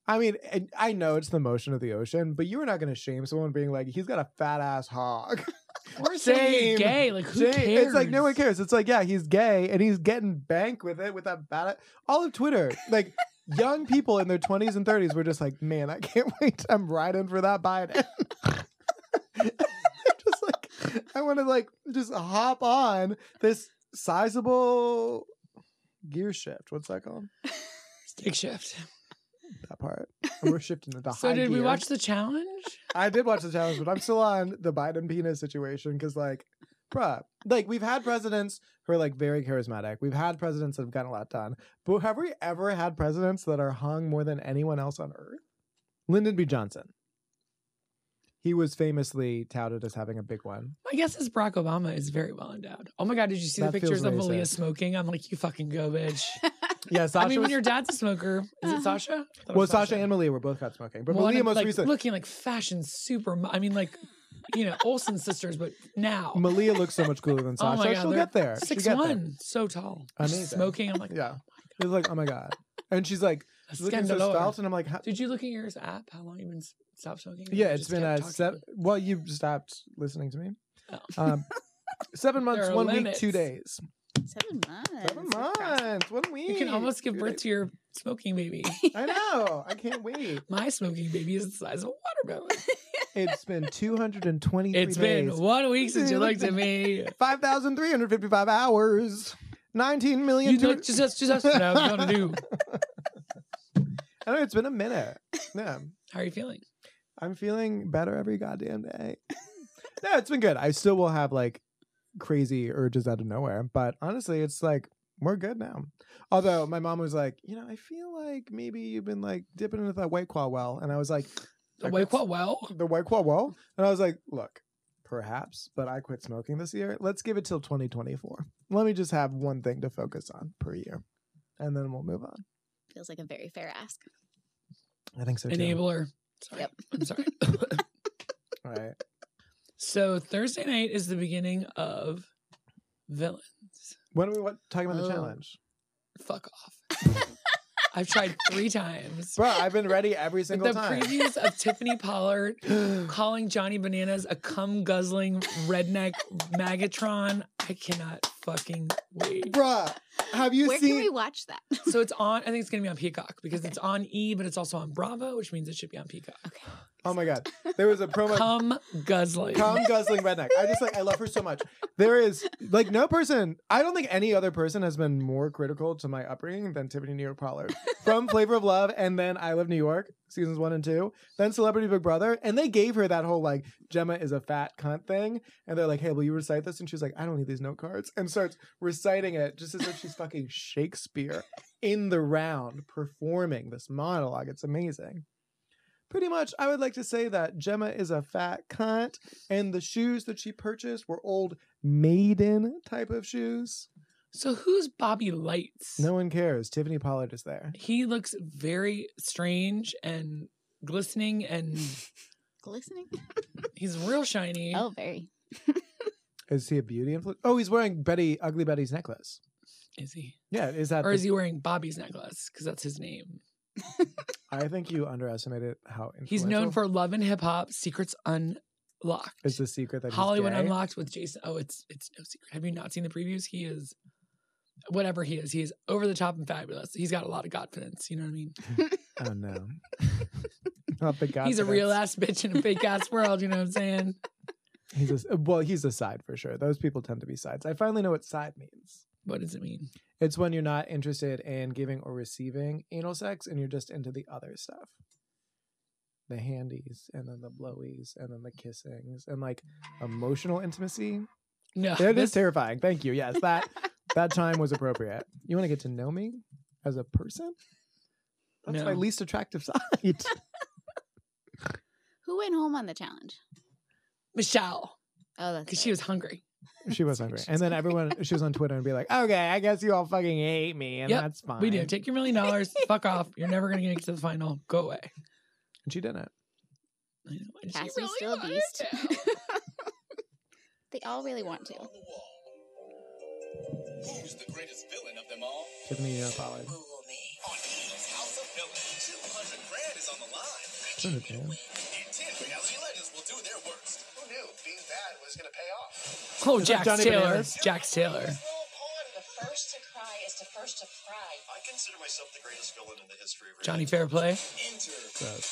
Speaker 1: I mean, and I know it's the motion of the ocean, but you are not going to shame someone being like, he's got a fat ass hog.
Speaker 2: Or say he's gay. Like who
Speaker 1: Shame.
Speaker 2: cares?
Speaker 1: It's like no one cares. It's like yeah, he's gay and he's getting bank with it with that bad. All of Twitter, like young people in their twenties and thirties, were just like, man, I can't wait. I'm riding for that Biden. just like I want to like just hop on this sizable gear shift. What's that called?
Speaker 2: Stick shift.
Speaker 1: That part. And we're shifting into
Speaker 2: So
Speaker 1: high
Speaker 2: did we
Speaker 1: gear.
Speaker 2: watch the challenge?
Speaker 1: I did watch the challenge, but I'm still on the Biden penis situation because, like, bruh, like we've had presidents who are like very charismatic. We've had presidents that have gotten a lot done, but have we ever had presidents that are hung more than anyone else on earth? Lyndon B. Johnson. He was famously touted as having a big one.
Speaker 2: My guess is Barack Obama is very well endowed. Oh my god, did you see
Speaker 1: That
Speaker 2: the
Speaker 1: feels
Speaker 2: pictures of Malia
Speaker 1: racist.
Speaker 2: smoking? I'm like, you fucking go, bitch.
Speaker 1: Yeah, Sasha.
Speaker 2: I mean,
Speaker 1: was,
Speaker 2: when your dad's a smoker, is it
Speaker 3: Uh-huh.
Speaker 2: Sasha? I thought it
Speaker 1: well, Sasha and Malia were both caught smoking, but
Speaker 2: Well,
Speaker 1: Malia
Speaker 2: and,
Speaker 1: most
Speaker 2: like,
Speaker 1: recently.
Speaker 2: looking like fashion super. I mean, like you know, Olsen sisters, but now
Speaker 1: Malia looks so much cooler than Sasha.
Speaker 2: Oh my God,
Speaker 1: She'll
Speaker 2: they're
Speaker 1: get there. She'll
Speaker 2: six
Speaker 1: get there.
Speaker 2: one, so tall, Just
Speaker 1: Amazing.
Speaker 2: smoking. I'm like,
Speaker 1: Yeah. It's like, oh my god, and she's like,
Speaker 2: a
Speaker 1: she's looking so stout,
Speaker 2: scandalor.
Speaker 1: and I'm like, how,
Speaker 2: Did you look at yours app? How long you been s- stopped smoking?
Speaker 1: Yeah,
Speaker 2: You
Speaker 1: it's
Speaker 2: just
Speaker 1: been
Speaker 2: kept
Speaker 1: uh,
Speaker 2: talking?
Speaker 1: seven. Well, you stopped listening to me.
Speaker 2: Oh.
Speaker 1: Um, seven months,
Speaker 2: are
Speaker 1: one week,
Speaker 2: limits.
Speaker 1: two days.
Speaker 3: Seven months.
Speaker 1: Seven
Speaker 3: Good process.
Speaker 1: months, one week.
Speaker 2: You can almost give
Speaker 1: two
Speaker 2: birth
Speaker 1: days.
Speaker 2: to your smoking baby.
Speaker 1: I know. I can't wait.
Speaker 2: My smoking baby is the size of a watermelon.
Speaker 1: It's been two hundred and twenty-three
Speaker 2: It's been
Speaker 1: days.
Speaker 2: one week since you looked at me.
Speaker 1: Five thousand three hundred fifty-five hours. Nineteen million.
Speaker 2: You
Speaker 1: two-
Speaker 2: look just that's just that's what I was gonna do.
Speaker 1: I know it's been a minute. Yeah,
Speaker 2: How are you feeling?
Speaker 1: I'm feeling better every goddamn day. No, it's been good. I still will have like crazy urges out of nowhere, but honestly, it's like we're good now. Although my mom was like, you know, I feel like maybe you've been like dipping into that white claw well, and I was like, I
Speaker 2: Wait,
Speaker 1: quit-
Speaker 2: what? Well,
Speaker 1: the white claw well, and I was like, look, perhaps, but I quit smoking this year. Let's give it till 2024. Let me just have one thing to focus on per year, and then we'll move on.
Speaker 3: Feels like a very fair ask.
Speaker 1: I think so too.
Speaker 2: enabler. Sorry,
Speaker 3: Yep.
Speaker 2: I'm sorry.
Speaker 1: All right.
Speaker 2: So Thursday night is the beginning of villain.
Speaker 1: When are we what, talking about the
Speaker 3: Oh.
Speaker 1: challenge?
Speaker 2: Fuck off. I've tried three times.
Speaker 1: Bro, I've been ready every
Speaker 2: Like
Speaker 1: single
Speaker 2: the
Speaker 1: time.
Speaker 2: previews of Tiffany Pollard calling Johnny Bananas a cum guzzling redneck magatron. I cannot fucking wait.
Speaker 1: Bruh, have you
Speaker 3: Where
Speaker 1: seen?
Speaker 3: can we watch that?
Speaker 2: So it's on. I think it's gonna be on Peacock because it's on E, but it's also on Bravo, which means it should be on Peacock.
Speaker 1: Oh my god, there was a promo. Come,
Speaker 2: Cum guzzling.
Speaker 1: guzzling redneck. I just like I love her so much. There is like no person. I don't think any other person has been more critical to my upbringing than Tiffany New York Pollard from Flavor of Love, and then I Love New York seasons one and two, then Celebrity Big Brother, and they gave her that whole like Gemma is a fat cunt thing, and they're like, hey, will you recite this? And she's like, I don't need these note cards, and starts reciting it just as if she's fucking Shakespeare in the round performing this monologue. It's amazing. Pretty much, I would like to say that Gemma is a fat cunt, and the shoes that she purchased were old maiden type of shoes.
Speaker 2: So who's Bobby Lights?
Speaker 1: No one cares. Tiffany Pollard is there.
Speaker 2: He looks very strange and glistening, and
Speaker 3: Glistening?
Speaker 2: he's real shiny.
Speaker 3: Oh, very.
Speaker 1: Is he a beauty influence? Oh, he's wearing Betty Ugly Betty's necklace.
Speaker 2: Is he?
Speaker 1: Yeah, is that?
Speaker 2: Or
Speaker 1: the-
Speaker 2: is he wearing Bobby's necklace? Because that's his name.
Speaker 1: I think you underestimated how
Speaker 2: He's known
Speaker 1: influential-
Speaker 2: for Love and Hip Hop, Secrets Unlocked,
Speaker 1: is the secret that
Speaker 2: Hollywood
Speaker 1: he's gay?
Speaker 2: Unlocked with Jason. Oh, it's it's no secret. Have you not seen the previews? He is whatever he is. He is over the top and fabulous. He's got a lot of confidence. You know what I mean?
Speaker 1: Oh no, not the guy.
Speaker 2: he's a real ass bitch in a big ass world. You know what I'm saying?
Speaker 1: He's a, well, he's a side for sure. Those people tend to be sides. I finally know what side means.
Speaker 2: What does it mean?
Speaker 1: It's when you're not interested in giving or receiving anal sex and you're just into the other stuff. The handies and then the blowies and then the kissings and like emotional intimacy.
Speaker 2: No,
Speaker 1: That is
Speaker 2: this-
Speaker 1: terrifying. Thank you. Yes, that that time was appropriate. You want to get to know me as a person? That's my
Speaker 2: No.
Speaker 1: least attractive side.
Speaker 3: Who went home on the challenge?
Speaker 2: Michelle.
Speaker 3: Oh, that's
Speaker 2: because she
Speaker 3: right.
Speaker 2: was hungry.
Speaker 1: She was hungry. And then everyone, she was on Twitter and be like, okay, I guess you all fucking hate me. And
Speaker 2: Yep,
Speaker 1: that's fine.
Speaker 2: We do. Take your million dollars. fuck off. You're never going to get to the final. Go away.
Speaker 1: And she didn't.
Speaker 2: I know, and she
Speaker 3: Cassie's
Speaker 2: really
Speaker 3: still a
Speaker 2: wanted
Speaker 3: beast.
Speaker 2: to.
Speaker 3: they all really want to.
Speaker 5: Who's the greatest villain of them all?
Speaker 1: Tiffany Neal Pollard.
Speaker 5: Google me. On Eve's House of Villains, 200 grand is on the line.
Speaker 1: Sure, yeah.
Speaker 5: And 10 reality legends will do their worst. Who knew being bad was going to pay off?
Speaker 2: Oh,
Speaker 1: Is that
Speaker 2: Jax
Speaker 1: Johnny
Speaker 2: Taylor.
Speaker 1: Bananas?
Speaker 2: Jax Taylor.
Speaker 6: This little poem, The First to Cry is the First to Fry.
Speaker 5: I consider myself the greatest villain in the history of
Speaker 2: Johnny Fairplay.
Speaker 5: Enter
Speaker 1: Gross.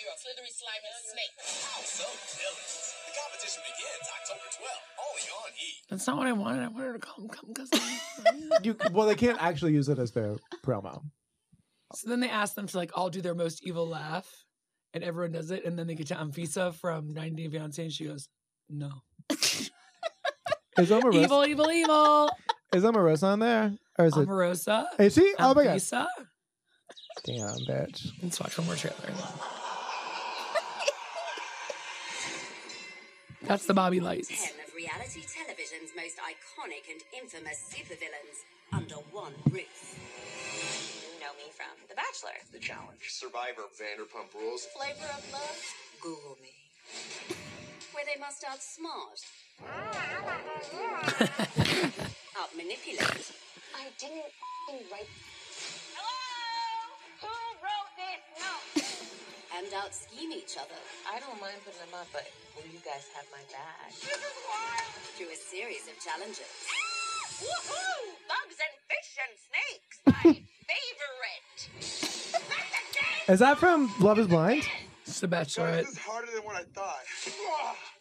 Speaker 6: You're a slithery, slimy snake.
Speaker 5: House of Villains. The competition begins October 12th, only on E.
Speaker 2: That's not what I wanted. I wanted her to call him come cousin.
Speaker 1: You, well, they can't actually use it as their promo.
Speaker 2: so then they asked them to like all do their most evil laugh, and everyone does it. And then they get to Anfisa from 90 Day Fiance, and she goes, "No,
Speaker 1: Is Omarosa,
Speaker 2: evil, evil, evil."
Speaker 1: is Omarosa on there? Or is it?
Speaker 2: Omarosa.
Speaker 1: Is she? Oh my god.
Speaker 2: Anfisa.
Speaker 1: Damn, bitch.
Speaker 2: Let's watch one more trailer. That's the Bobby Lights.
Speaker 7: 10 of reality television's most iconic and infamous supervillains under one roof. You know me from The Bachelor.
Speaker 5: The challenge. Survivor Vanderpump Rules.
Speaker 6: Flavor of love.
Speaker 7: Google me. Where they must outsmart, outmanipulate,
Speaker 6: I didn't f***ing write. Hello? Who wrote this note?
Speaker 7: and outscheme each other
Speaker 6: I don't mind putting them up, but will you guys have my back?
Speaker 7: through a series of challenges.
Speaker 6: Ah, Woohoo! Bugs and fish and snakes. My favorite.
Speaker 1: Is that from Love is Blind?
Speaker 2: It's the Bachelorette.
Speaker 5: is harder than what I thought.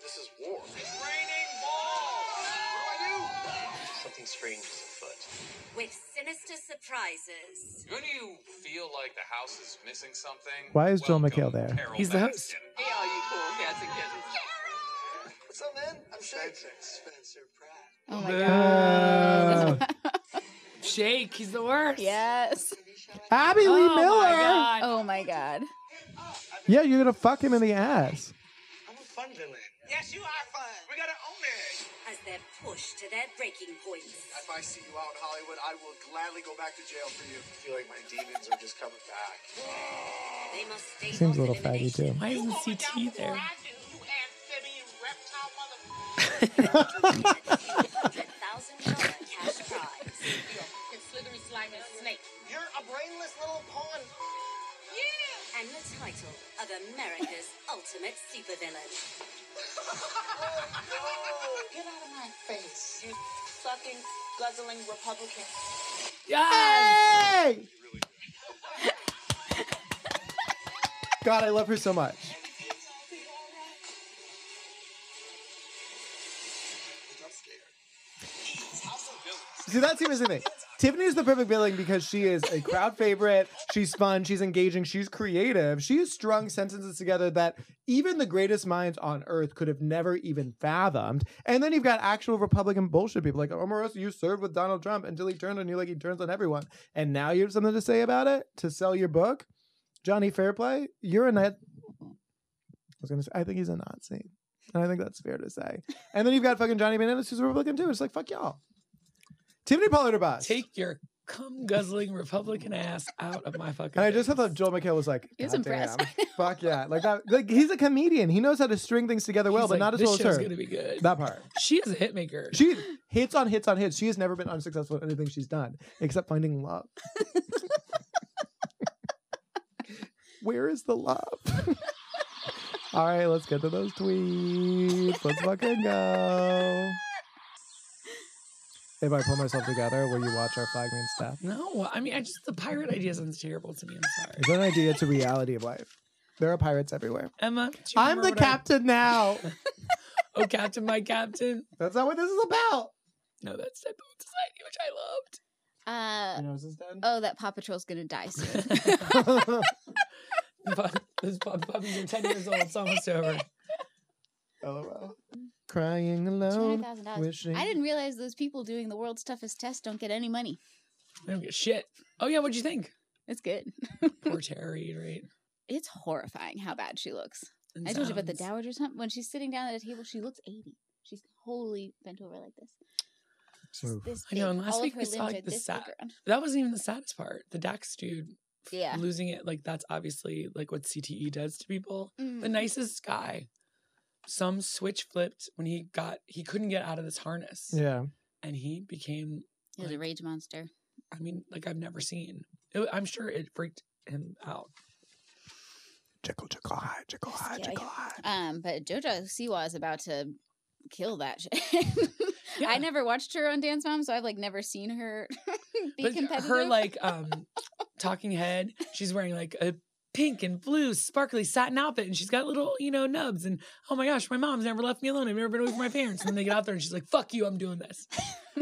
Speaker 5: this is war. It's raining balls. What do I do? Something strange is afoot.
Speaker 7: With sinister surprises,
Speaker 8: When you feel like the house is missing something,
Speaker 1: Why is Joel
Speaker 8: welcome
Speaker 1: McHale there?
Speaker 8: Carol
Speaker 2: He's the
Speaker 8: Baskin.
Speaker 6: Hey, all you cool cats and kittens.
Speaker 5: What's up, man? I'm Spencer. Spencer Pratt.
Speaker 3: Oh my
Speaker 1: Uh,
Speaker 2: Shake. He's the worst.
Speaker 3: Yes.
Speaker 1: Abby Lee
Speaker 2: Oh
Speaker 1: Miller.
Speaker 2: my god.
Speaker 3: Oh my god.
Speaker 1: Yeah, you're gonna fuck him in the ass.
Speaker 5: I'm a fun villain. Yes, you are fun. We gotta own it.
Speaker 7: as they're pushed to their breaking points.
Speaker 5: If I see you out in Hollywood, I will gladly go back to jail for you. I feel like my demons are just coming back.
Speaker 7: They must stay
Speaker 1: Seems a little faggy too.
Speaker 2: Why isn't CT there?
Speaker 7: $100,000 cash prize.
Speaker 6: Slithery, slimy snake.
Speaker 5: You're a brainless little pawn.
Speaker 7: and the title of America's Ultimate Supervillain.
Speaker 6: Get out of my face, you sucking, guzzling Republican.
Speaker 2: Yes.
Speaker 1: Hey! God, I love her so much. See, that's even the thing. Tiffany is the perfect villain because she is a crowd favorite. She's fun. She's engaging. She's creative. She has strung sentences together that even the greatest minds on earth could have never even fathomed. And then you've got actual Republican bullshit people like Omarosa. You served with Donald Trump until he turned on you like he turns on everyone, and now you have something to say about it to sell your book. Johnny Fairplay, you're a net. I was gonna say, I think he's a Nazi, and I think that's fair to say. And then you've got fucking Johnny Bananas, who's a Republican too. It's like fuck y'all. Tiffany Pollard or bust.
Speaker 2: Take your cum guzzling Republican ass out of my fucking.
Speaker 1: And I just
Speaker 2: face.
Speaker 1: thought Joel McHale was like,
Speaker 3: He was
Speaker 1: "God
Speaker 3: impressed."
Speaker 1: damn, fuck yeah, like that. Like he's a comedian. He knows how to string things together well,
Speaker 2: He's
Speaker 1: but
Speaker 2: like,
Speaker 1: not as
Speaker 2: this
Speaker 1: well as
Speaker 2: show's
Speaker 1: her.
Speaker 2: gonna be good.
Speaker 1: That part.
Speaker 2: She is a hit maker.
Speaker 1: She hits on hits on hits. She has never been unsuccessful at anything she's done except finding love. Where is the love? All right, let's get to those tweets. Let's fucking go. If I pull myself together, will you watch our flag means death?
Speaker 2: no, I mean, I just the pirate idea sounds terrible to me. I'm sorry,
Speaker 1: It's an idea. It's a reality of life. There are pirates everywhere.
Speaker 2: Emma. do you
Speaker 1: I'm
Speaker 2: remember
Speaker 1: the
Speaker 2: what I-
Speaker 1: captain now.
Speaker 2: oh, captain, my captain.
Speaker 1: That's not what this is about.
Speaker 2: No, that's Dead Poet Society, which I loved.
Speaker 3: Uh
Speaker 1: nose is dead.
Speaker 3: oh, that Paw Patrol's gonna die soon.
Speaker 2: uh, But those pub- puppies are ten years old. It's almost over.
Speaker 1: LOL. Crying alone,
Speaker 3: $200,000.
Speaker 1: wishing.
Speaker 3: I didn't realize those people doing the world's toughest test don't get any money.
Speaker 2: I don't give a shit. Oh yeah, what'd you think?
Speaker 3: It's good.
Speaker 2: Poor Terry, right?
Speaker 3: It's horrifying how bad she looks.
Speaker 2: And
Speaker 3: I told you about the
Speaker 2: sounds.
Speaker 3: dowager's hump. When she's sitting down at a table, she looks eighty. She's wholly bent over like this. She's
Speaker 1: Oof.
Speaker 3: this
Speaker 2: I know, and
Speaker 3: big.
Speaker 2: last
Speaker 3: All
Speaker 2: week
Speaker 3: of her
Speaker 2: we saw,
Speaker 3: limbs
Speaker 2: like,
Speaker 3: are
Speaker 2: the
Speaker 3: this
Speaker 2: sa-
Speaker 3: big around.
Speaker 2: That wasn't even the saddest part. The Dax dude
Speaker 3: Yeah.
Speaker 2: losing it, like that's obviously like what CTE does to people. The
Speaker 3: Mm.
Speaker 2: nicest guy. Some switch flipped when he got he couldn't get out of this harness.
Speaker 1: Yeah.
Speaker 2: And he became
Speaker 3: He was a rage monster.
Speaker 2: I mean, like I've never seen. It, I'm sure it freaked him out.
Speaker 1: Jekyll, Jekyll, high, Jekyll, high,
Speaker 3: Scary.
Speaker 1: Jekyll, high.
Speaker 3: Um, but JoJo Siwa is about to kill that shit.
Speaker 2: Yeah.
Speaker 3: I never watched her on Dance Mom, so I've like never seen her be
Speaker 2: But
Speaker 3: competitive.
Speaker 2: her like um talking head, she's wearing like a pink and blue sparkly satin outfit and she's got little, you know, nubs and oh my gosh, my mom's never left me alone. I've never been away from my parents. And then they get out there and she's like, fuck you, I'm doing this.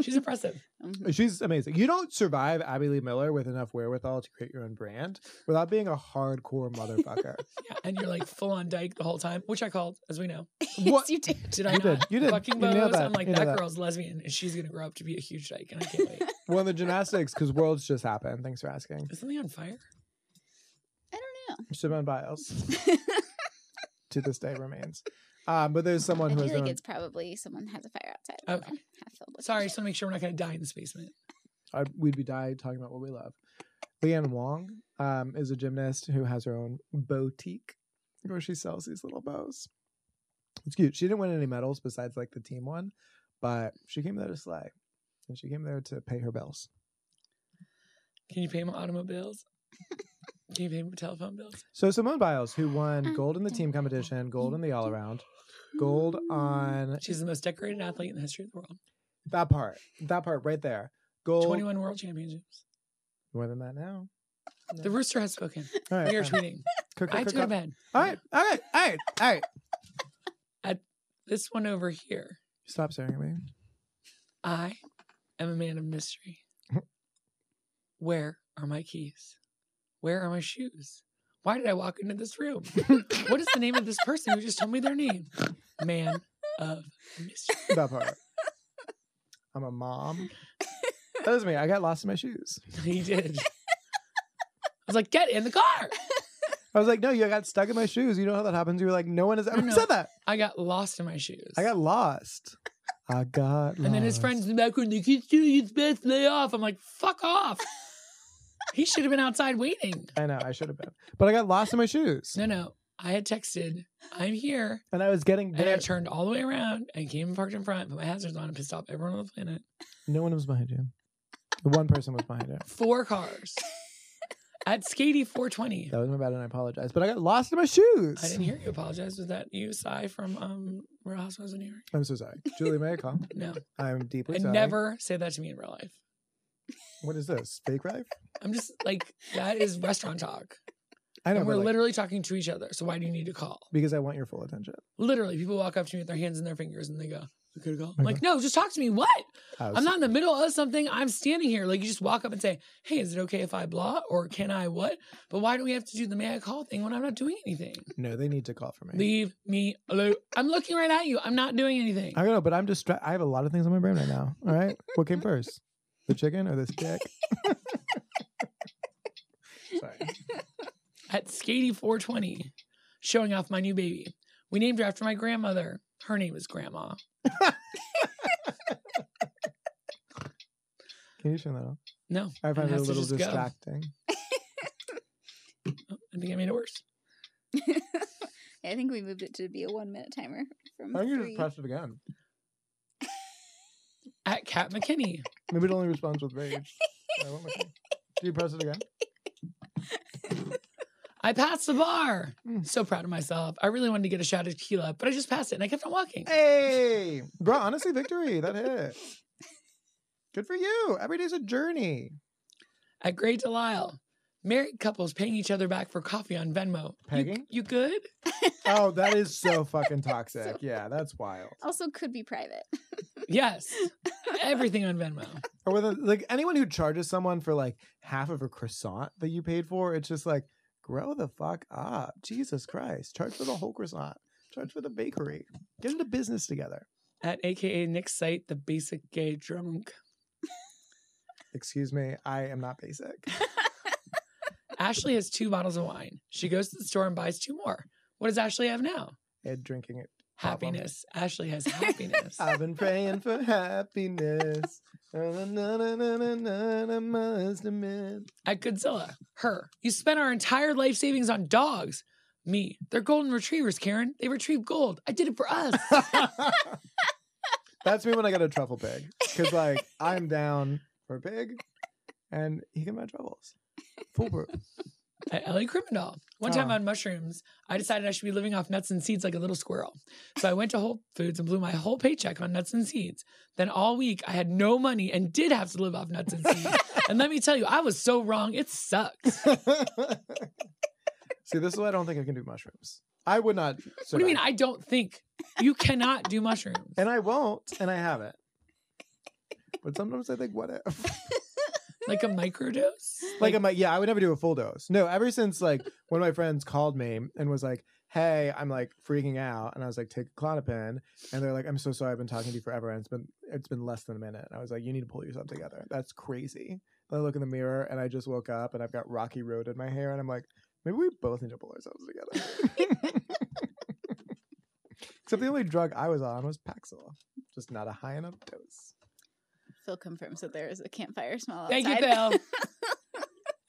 Speaker 2: She's impressive.
Speaker 3: Mhm.
Speaker 1: She's amazing. You don't survive Abby Lee Miller with enough wherewithal to create your own brand without being a hardcore motherfucker.
Speaker 2: Yeah. And you're like full on dyke the whole time, which I called, as we know.
Speaker 1: what?
Speaker 3: yes, you did.
Speaker 2: Did I
Speaker 1: You
Speaker 2: not?
Speaker 1: did. You did.
Speaker 2: Fucking
Speaker 1: You nailed
Speaker 2: bows.
Speaker 1: that.
Speaker 2: I'm like,
Speaker 1: You
Speaker 2: that,
Speaker 1: nailed that.
Speaker 2: girl's lesbian and she's gonna grow up to be a huge dyke and I can't wait.
Speaker 1: Well, in the gymnastics, because world's just happened. Thanks for asking.
Speaker 2: Is something on fire?
Speaker 3: I don't know.
Speaker 1: Simone Biles to this day remains. Um, but there's someone
Speaker 3: I
Speaker 1: who
Speaker 3: feel
Speaker 1: has
Speaker 3: like
Speaker 1: their own-
Speaker 3: it's probably someone has a fire outside. I don't
Speaker 2: Okay.
Speaker 3: know. Half filled with
Speaker 2: Oh. Sorry,
Speaker 3: shit.
Speaker 2: just want to make sure we're not gonna die in this basement.
Speaker 1: I, we'd be dying talking about what we love. Leanne Wong um, is a gymnast who has her own boutique where she sells these little bows. It's cute. She didn't win any medals besides like the team one, but she came there to slay, and she came there to pay her bills.
Speaker 2: Can you pay my automobiles? Can you pay my telephone bills?
Speaker 1: So Simone Biles, who
Speaker 2: Mm.
Speaker 1: won gold in the team competition, gold in the all around, gold on
Speaker 2: She's the most decorated athlete in the history of the world.
Speaker 1: that part, that part right there, gold
Speaker 2: 21 world championships.
Speaker 1: more than that now.
Speaker 2: The rooster has spoken.
Speaker 1: All right,
Speaker 2: We are
Speaker 1: fine.
Speaker 2: tweeting.
Speaker 1: Cook, cook,
Speaker 2: I
Speaker 1: cook,
Speaker 2: took a
Speaker 1: cook.
Speaker 2: bed.
Speaker 1: all right, all right, all right, all right.
Speaker 2: This one over here.
Speaker 1: Stop staring at me.
Speaker 2: I am a man of mystery. Where are my keys? Where are my shoes? Why did I walk into this room? what is the name of this person who just told me their name? Man of mystery.
Speaker 1: that part. I'm a mom. That was me. I got lost in my shoes.
Speaker 2: He did. I was like, get in the car.
Speaker 1: I was like, no, you got stuck in my shoes. You know how that happens? You were like, no one has ever
Speaker 2: no.
Speaker 1: said that.
Speaker 2: I got lost in my shoes.
Speaker 1: I got lost. I got lost.
Speaker 2: And then his friends in the back room, the kids doing its best lay off. I'm like, fuck off. he should have been outside waiting.
Speaker 1: I know, I should have been. But I got lost in my shoes.
Speaker 2: No, no. I had texted, I'm here.
Speaker 1: And I was getting
Speaker 2: And I
Speaker 1: there.
Speaker 2: turned all the way around and came and parked in front, put my hazards on, and pissed off everyone on the planet.
Speaker 1: No one was behind you. The one person was behind you.
Speaker 2: Four cars at Skatey 420.
Speaker 1: That was my bad and I apologize. But I got lost in my shoes.
Speaker 2: I didn't hear you apologize. Was that you, Cy, from um, Real Housewives of New York?
Speaker 1: I'm so sorry. Julie may I call?
Speaker 2: No.
Speaker 1: I'm deeply
Speaker 2: And
Speaker 1: sorry.
Speaker 2: never say that to me in real life.
Speaker 1: What is this? Fake life?
Speaker 2: I'm just like, that is restaurant talk.
Speaker 1: I know.
Speaker 2: and we're
Speaker 1: but, like,
Speaker 2: literally talking to each other. So why do you need to call?
Speaker 1: because I want your full attention.
Speaker 2: Literally, people walk up to me with their hands in their fingers and they go, "We could go." I'm
Speaker 1: Okay.
Speaker 2: like, no, just talk to me. What?
Speaker 1: I was-
Speaker 2: I'm not in the middle of something. I'm standing here. Like, you just walk up and say, "Hey, is it okay if I blah or can I what?" But why do we have to do the may I call thing when I'm not doing anything?
Speaker 1: No, they need to call for me.
Speaker 2: Leave me alone. I'm looking right at you. I'm not doing anything.
Speaker 1: I don't know, but I'm distracted. I have a lot of things on my brain right now. All right, what came first, the chicken or this dick? Sorry.
Speaker 2: At Skatey 420, showing off my new baby. We named her after my grandmother. Her name is Grandma.
Speaker 1: Can you turn that off?
Speaker 2: No,
Speaker 1: I find it,
Speaker 2: has
Speaker 1: a
Speaker 2: to
Speaker 1: little
Speaker 2: just go.
Speaker 1: distracting.
Speaker 2: I think I made it worse.
Speaker 3: I think we moved it to be a one minute timer from
Speaker 1: I think you
Speaker 3: three.
Speaker 1: just press it again.
Speaker 2: At Cat McKinney,
Speaker 1: Maybe it only responds with rage. I won't look at it. Do you press it again?
Speaker 2: I passed the bar.
Speaker 1: Mm.
Speaker 2: So proud of myself. I really wanted to get a shot of tequila, but I just passed it and I kept on walking.
Speaker 1: Hey, bro! Honestly, victory. That hit. Good for you. Every day's a journey.
Speaker 2: At Great Delisle, married couples paying each other back for coffee on Venmo. You,
Speaker 1: Pegging?
Speaker 2: you good?
Speaker 1: Oh, that is so fucking toxic. Yeah, that's wild.
Speaker 3: also could be private.
Speaker 2: Yes. Everything on Venmo.
Speaker 1: Or whether like anyone who charges someone for like half of a croissant that you paid for, it's just like, grow the fuck up. Jesus Christ. Charge for the whole croissant. Charge for the bakery. Get into business together.
Speaker 2: At AKA Nick's site, the basic gay drunk.
Speaker 1: Excuse me, I am not basic.
Speaker 2: Ashley has two bottles of wine. She goes to the store and buys two more. What does Ashley have now?
Speaker 1: And drinking it problem.
Speaker 2: happiness. Ashley has happiness.
Speaker 1: I've been praying for happiness. Na-na-na-na-na-na-na, must admit.
Speaker 2: At Godzilla, her. You spent our entire life savings on dogs. Me. They're golden retrievers, Karen. They retrieve gold. I did it for us.
Speaker 1: That's me when I got a truffle pig. Because, like, I'm down for a pig and he can my troubles. Foolproof.
Speaker 2: at LA Criminal. One time
Speaker 1: Ah.
Speaker 2: on mushrooms, I decided I should be living off nuts and seeds like a little squirrel. So I went to Whole Foods and blew my whole paycheck on nuts and seeds. Then all week I had no money and did have to live off nuts and seeds. and let me tell you, I was so wrong. It sucks.
Speaker 1: See, this is why I don't think I can do mushrooms. I would not.
Speaker 2: What do you
Speaker 1: survive.
Speaker 2: mean? I don't think you cannot do mushrooms.
Speaker 1: and I won't, and I haven't. But sometimes I think, what if?
Speaker 2: like a microdose?
Speaker 1: like, I'm like, yeah, I would never do a full dose. No, ever since like one of my friends called me and was like, hey, I'm like freaking out, and I was like, take clonopin, and they're like, I'm so sorry, I've been talking to you forever, and it's been it's been less than a minute, and I was like, you need to pull yourself together. That's crazy. Then I look in the mirror, and I just woke up, and I've got Rocky Road in my hair, and I'm like, maybe we both need to pull ourselves together. Except the only drug I was on was Paxil, just not a high enough dose.
Speaker 3: Phil confirms that there is a campfire smell outside.
Speaker 2: Thank you, Bill.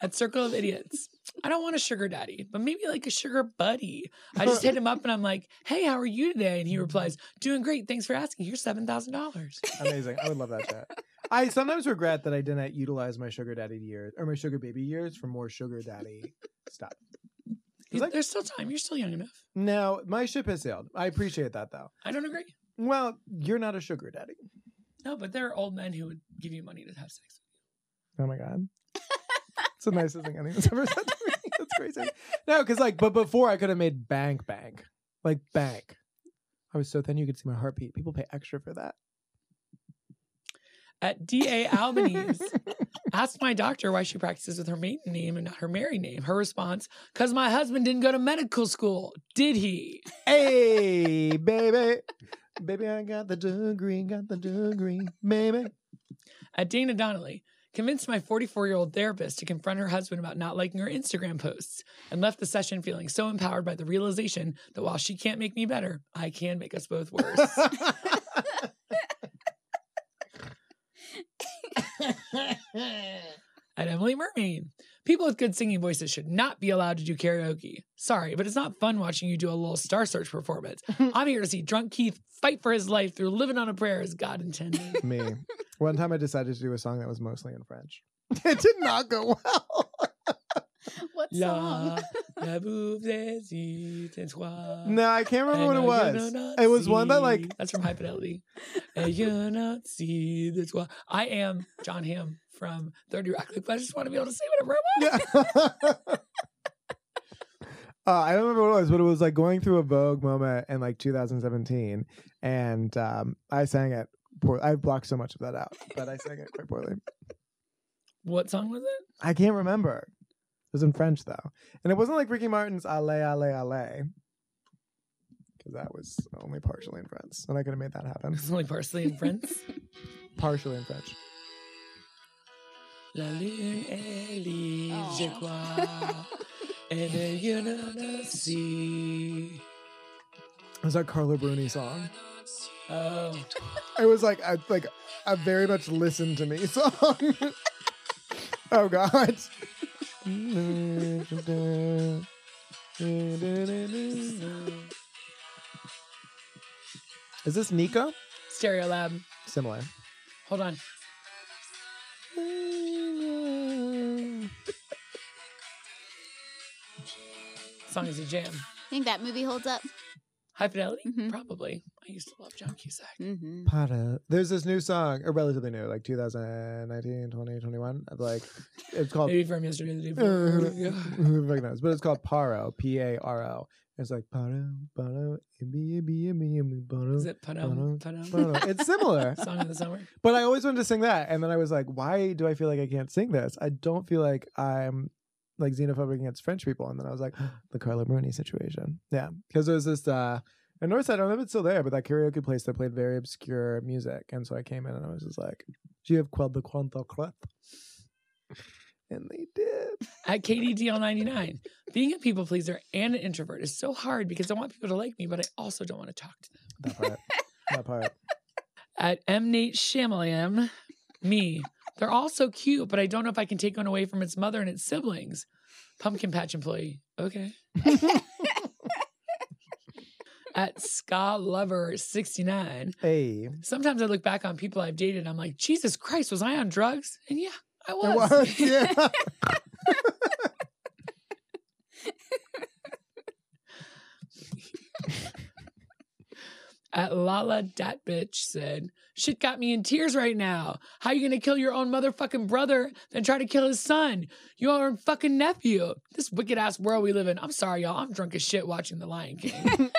Speaker 2: At Circle of Idiots. I don't want a sugar daddy, but maybe like a sugar buddy. I just hit him up and I'm like, hey, how are you today? And he replies, doing great. Thanks for asking. Here's $7,000.
Speaker 1: Amazing. I would love that chat. I sometimes regret that I didn't utilize my sugar daddy years or my sugar baby years for more sugar daddy stuff.
Speaker 2: You-
Speaker 1: Like-
Speaker 2: There's still time. You're still young enough.
Speaker 1: No, my ship has sailed. I appreciate that though.
Speaker 2: I don't agree.
Speaker 1: Well, you're not a sugar daddy.
Speaker 2: No, but there are old men who would give you money to have sex.
Speaker 1: Oh my god. It's the nicest thing anyone's ever said to me. That's crazy. No, because like, but before I could have made bank bank. Like bank. I was so thin you could see my heartbeat. People pay extra for that.
Speaker 2: At D.A. Albanese, asked my doctor why she practices with her maiden name and not her married name. Her response, because my husband didn't go to medical school, did he?
Speaker 1: hey, baby. Baby, I got the degree, got the degree, baby.
Speaker 2: at Dana Donnelly convinced my 44 year old therapist to confront her husband about not liking her Instagram posts and left the session feeling so empowered by the realization that while she can't make me better, I can make us both worse. at Emily Mermaid. People with good singing voices should not be allowed to do karaoke. Sorry, but it's not fun watching you do a little Star Search performance. I'm here to see drunk Keith fight for his life through living on a prayer as God intended.
Speaker 1: Me. One time I decided to do a song that was mostly in French. It did not go well.
Speaker 2: Uh,
Speaker 3: What song?
Speaker 2: La, la bouffe des îles et toi.
Speaker 1: No, I can't remember what it
Speaker 2: And
Speaker 1: was.
Speaker 2: you're not
Speaker 1: It was one that like
Speaker 2: see- that's from High Fidelity. And you're not see the twi- I am John Hamm from Thirty Rock. Like, I just want to be able to say whatever I want.
Speaker 1: Yeah. uh, I don't remember what it was, but it was like going through a Vogue moment in like 2017, and um, I sang it. Poor, I blocked so much of that out, but I sang it quite poorly.
Speaker 2: What song was it?
Speaker 1: I can't remember. It was in French though, and it wasn't like Ricky Martin's "Ale Ale Ale," because that was only partially in French, and I could have made that happen.
Speaker 2: It's only parsley and friends.
Speaker 1: Partially in French.
Speaker 2: La lune est libre, je
Speaker 3: Oh.
Speaker 2: crois. And you not see.
Speaker 1: It was that Carlo Bruni song.
Speaker 2: Oh,
Speaker 1: It was like a, like a very much listen to me song. oh God. Is this Nico?
Speaker 2: Stereo Lab.
Speaker 1: Similar.
Speaker 2: Hold on. Song is a jam.
Speaker 3: think that movie holds up.
Speaker 2: High Fidelity?
Speaker 3: Mhm.
Speaker 2: Probably. I used to love John Cusack.
Speaker 1: Mm,
Speaker 3: Mm-hmm.
Speaker 1: Para. There's this new song, or relatively new, like 2019, 20, 21. Like it's called
Speaker 2: Maybe from yesterday, the day
Speaker 1: Uh,
Speaker 2: before.
Speaker 1: who recognizes? But it's called Paro, P A R O. It's like Paro, Paro, Ibby, Ibby, Ibby, Ibby, Paro.
Speaker 2: Is it Padum? Padum?
Speaker 1: Paro. It's similar,
Speaker 2: Song of the Summer?
Speaker 1: but I always wanted to sing that, and then I was like, "Why do I feel like I can't sing this? I don't feel like I'm like xenophobic against French people." And then I was like, "The Carla Bruni situation, yeah," because there's this uh, in Northside. I don't know if it's still there, but that karaoke place that played very obscure music, and so I came in and I was just like, "Do you have Quel de Quanta Clet?" And they did.
Speaker 2: at KDDL99. Being a people pleaser and an introvert is so hard because I want people to like me, but I also don't want to talk to them.
Speaker 1: That part. that part.
Speaker 2: At M Nate Shamaliam, me. They're all so cute, but I don't know if I can take one away from its mother and its siblings. Pumpkin Patch employee. Okay. At Ska Lover 69.
Speaker 1: Hey.
Speaker 2: Sometimes I look back on people I've dated and I'm like, Jesus Christ, was I on drugs? And yeah, I
Speaker 1: It
Speaker 2: was.
Speaker 1: was, yeah.
Speaker 2: At Lala Dat Bitch said, Shit got me in tears right now. How you gonna kill your own motherfucking brother, then try to kill his son? You are a fucking nephew. This wicked ass world we live in. I'm sorry, y'all. I'm drunk as shit watching The Lion King.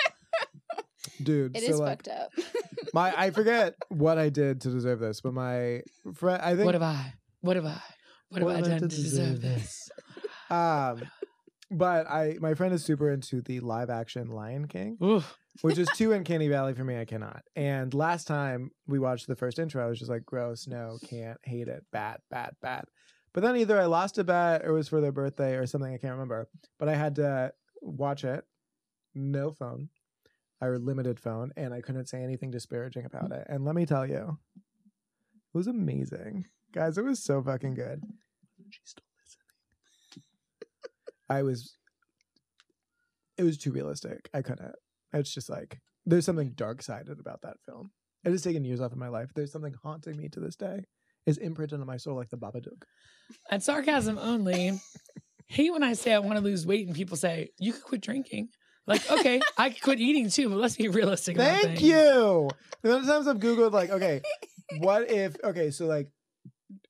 Speaker 1: Dude,
Speaker 3: It
Speaker 1: so
Speaker 3: is
Speaker 1: like
Speaker 3: fucked up.
Speaker 1: my I forget what I did to deserve this, but my friend I think
Speaker 2: what have I? What have I? What have I done to deserve this?
Speaker 1: um but I my friend is super into the live action Lion King.
Speaker 2: Oof.
Speaker 1: which is too uncanny valley for me. I cannot. And last time we watched the first intro, I was just like, gross, no, can't, hate it, bad, bad, bad. But then either I lost a bet or it was for their birthday or something. I can't remember. But I had to watch it, no phone, or limited phone, and I couldn't say anything disparaging about it. And let me tell you, it was amazing, guys. It was so fucking good. She's still listening. I was. It was too realistic. I couldn't. It's just like there's something dark sided about that film. It has taken years off of my life. There's something haunting me to this day. It's imprinted on my soul like the Babadook.
Speaker 2: At sarcasm only, hate when I say I want to lose weight and people say, You could quit drinking. Like, okay, I could quit eating too, but let's be realistic. about
Speaker 1: Thank
Speaker 2: things.
Speaker 1: you. The amount of times I've Googled like, okay, what if okay, so like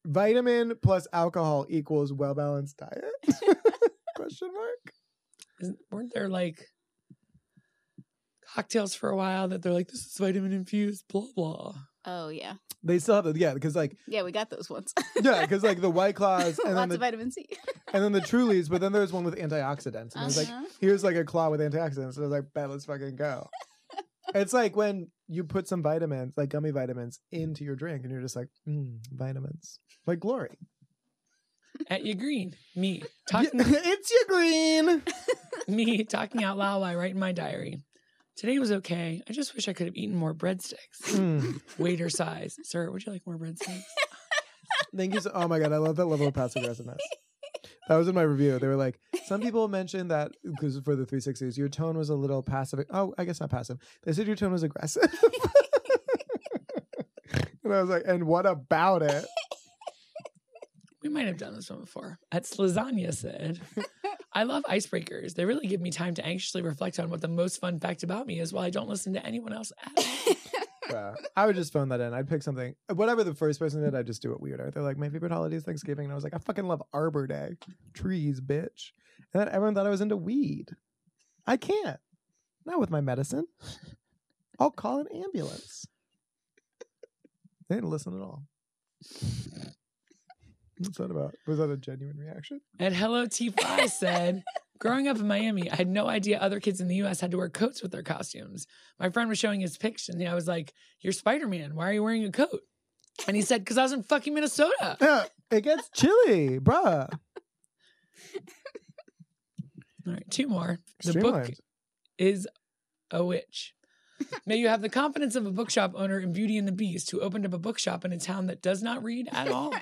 Speaker 1: vitamin plus alcohol equals well balanced diet? Question mark.
Speaker 2: Isn't, weren't there like cocktails for a while that they're like, this is vitamin infused, blah, blah.
Speaker 3: Oh yeah,
Speaker 1: They still have the yeah, because like
Speaker 3: yeah, we got those ones.
Speaker 1: yeah, because like the white claws and then
Speaker 3: Lots
Speaker 1: the
Speaker 3: of vitamin C.
Speaker 1: and then the Trulies, but then there's one with antioxidants, and it's like
Speaker 3: Uh-huh.
Speaker 1: here's like a claw with antioxidants, and I was like, bet let's fucking go. it's like when you put some vitamins, like gummy vitamins, into your drink, and you're just like, mm, vitamins, like glory.
Speaker 2: At your green, me
Speaker 1: Yeah,
Speaker 2: talking,
Speaker 1: it's your green.
Speaker 2: me talking out loud while I write in my diary. Today was okay. I just wish I could have eaten more breadsticks.
Speaker 1: Mm,
Speaker 2: Waiter size, sir. Would you like more breadsticks?
Speaker 1: Thank you. So- oh my god, I love that level of passive aggressiveness. That was in my review. They were like, some people mentioned that because for the 360s, your tone was a little passive. Oh, I guess not passive. They said your tone was aggressive. and I was like, and what about it?
Speaker 2: We might have done this one before. At Slazania said, I love icebreakers. They really give me time to anxiously reflect on what the most fun fact about me is while I don't listen to anyone else at all.
Speaker 1: Yeah. I would just phone that in. I'd pick something, whatever the first person did, I'd just do it weirder. They're like, my favorite holiday is Thanksgiving. And I was like, I fucking love Arbor Day. Trees, bitch. And then everyone thought I was into weed. I can't. Not with my medicine. I'll call an ambulance. They didn't listen at all. What's that about? Was that a genuine reaction?
Speaker 2: And Hello T5 said, Growing up in Miami, I had no idea other kids in the US had to wear coats with their costumes. My friend was showing his picture and I was like, You're Spider Man. Why are you wearing a coat? And he said, Because I was in fucking Minnesota.
Speaker 1: Yeah, it gets chilly, bruh.
Speaker 2: All right, two more. The book
Speaker 1: Streamlined.
Speaker 2: is a witch. May you have the confidence of a bookshop owner in Beauty and the Beast who opened up a bookshop in a town that does not read at all.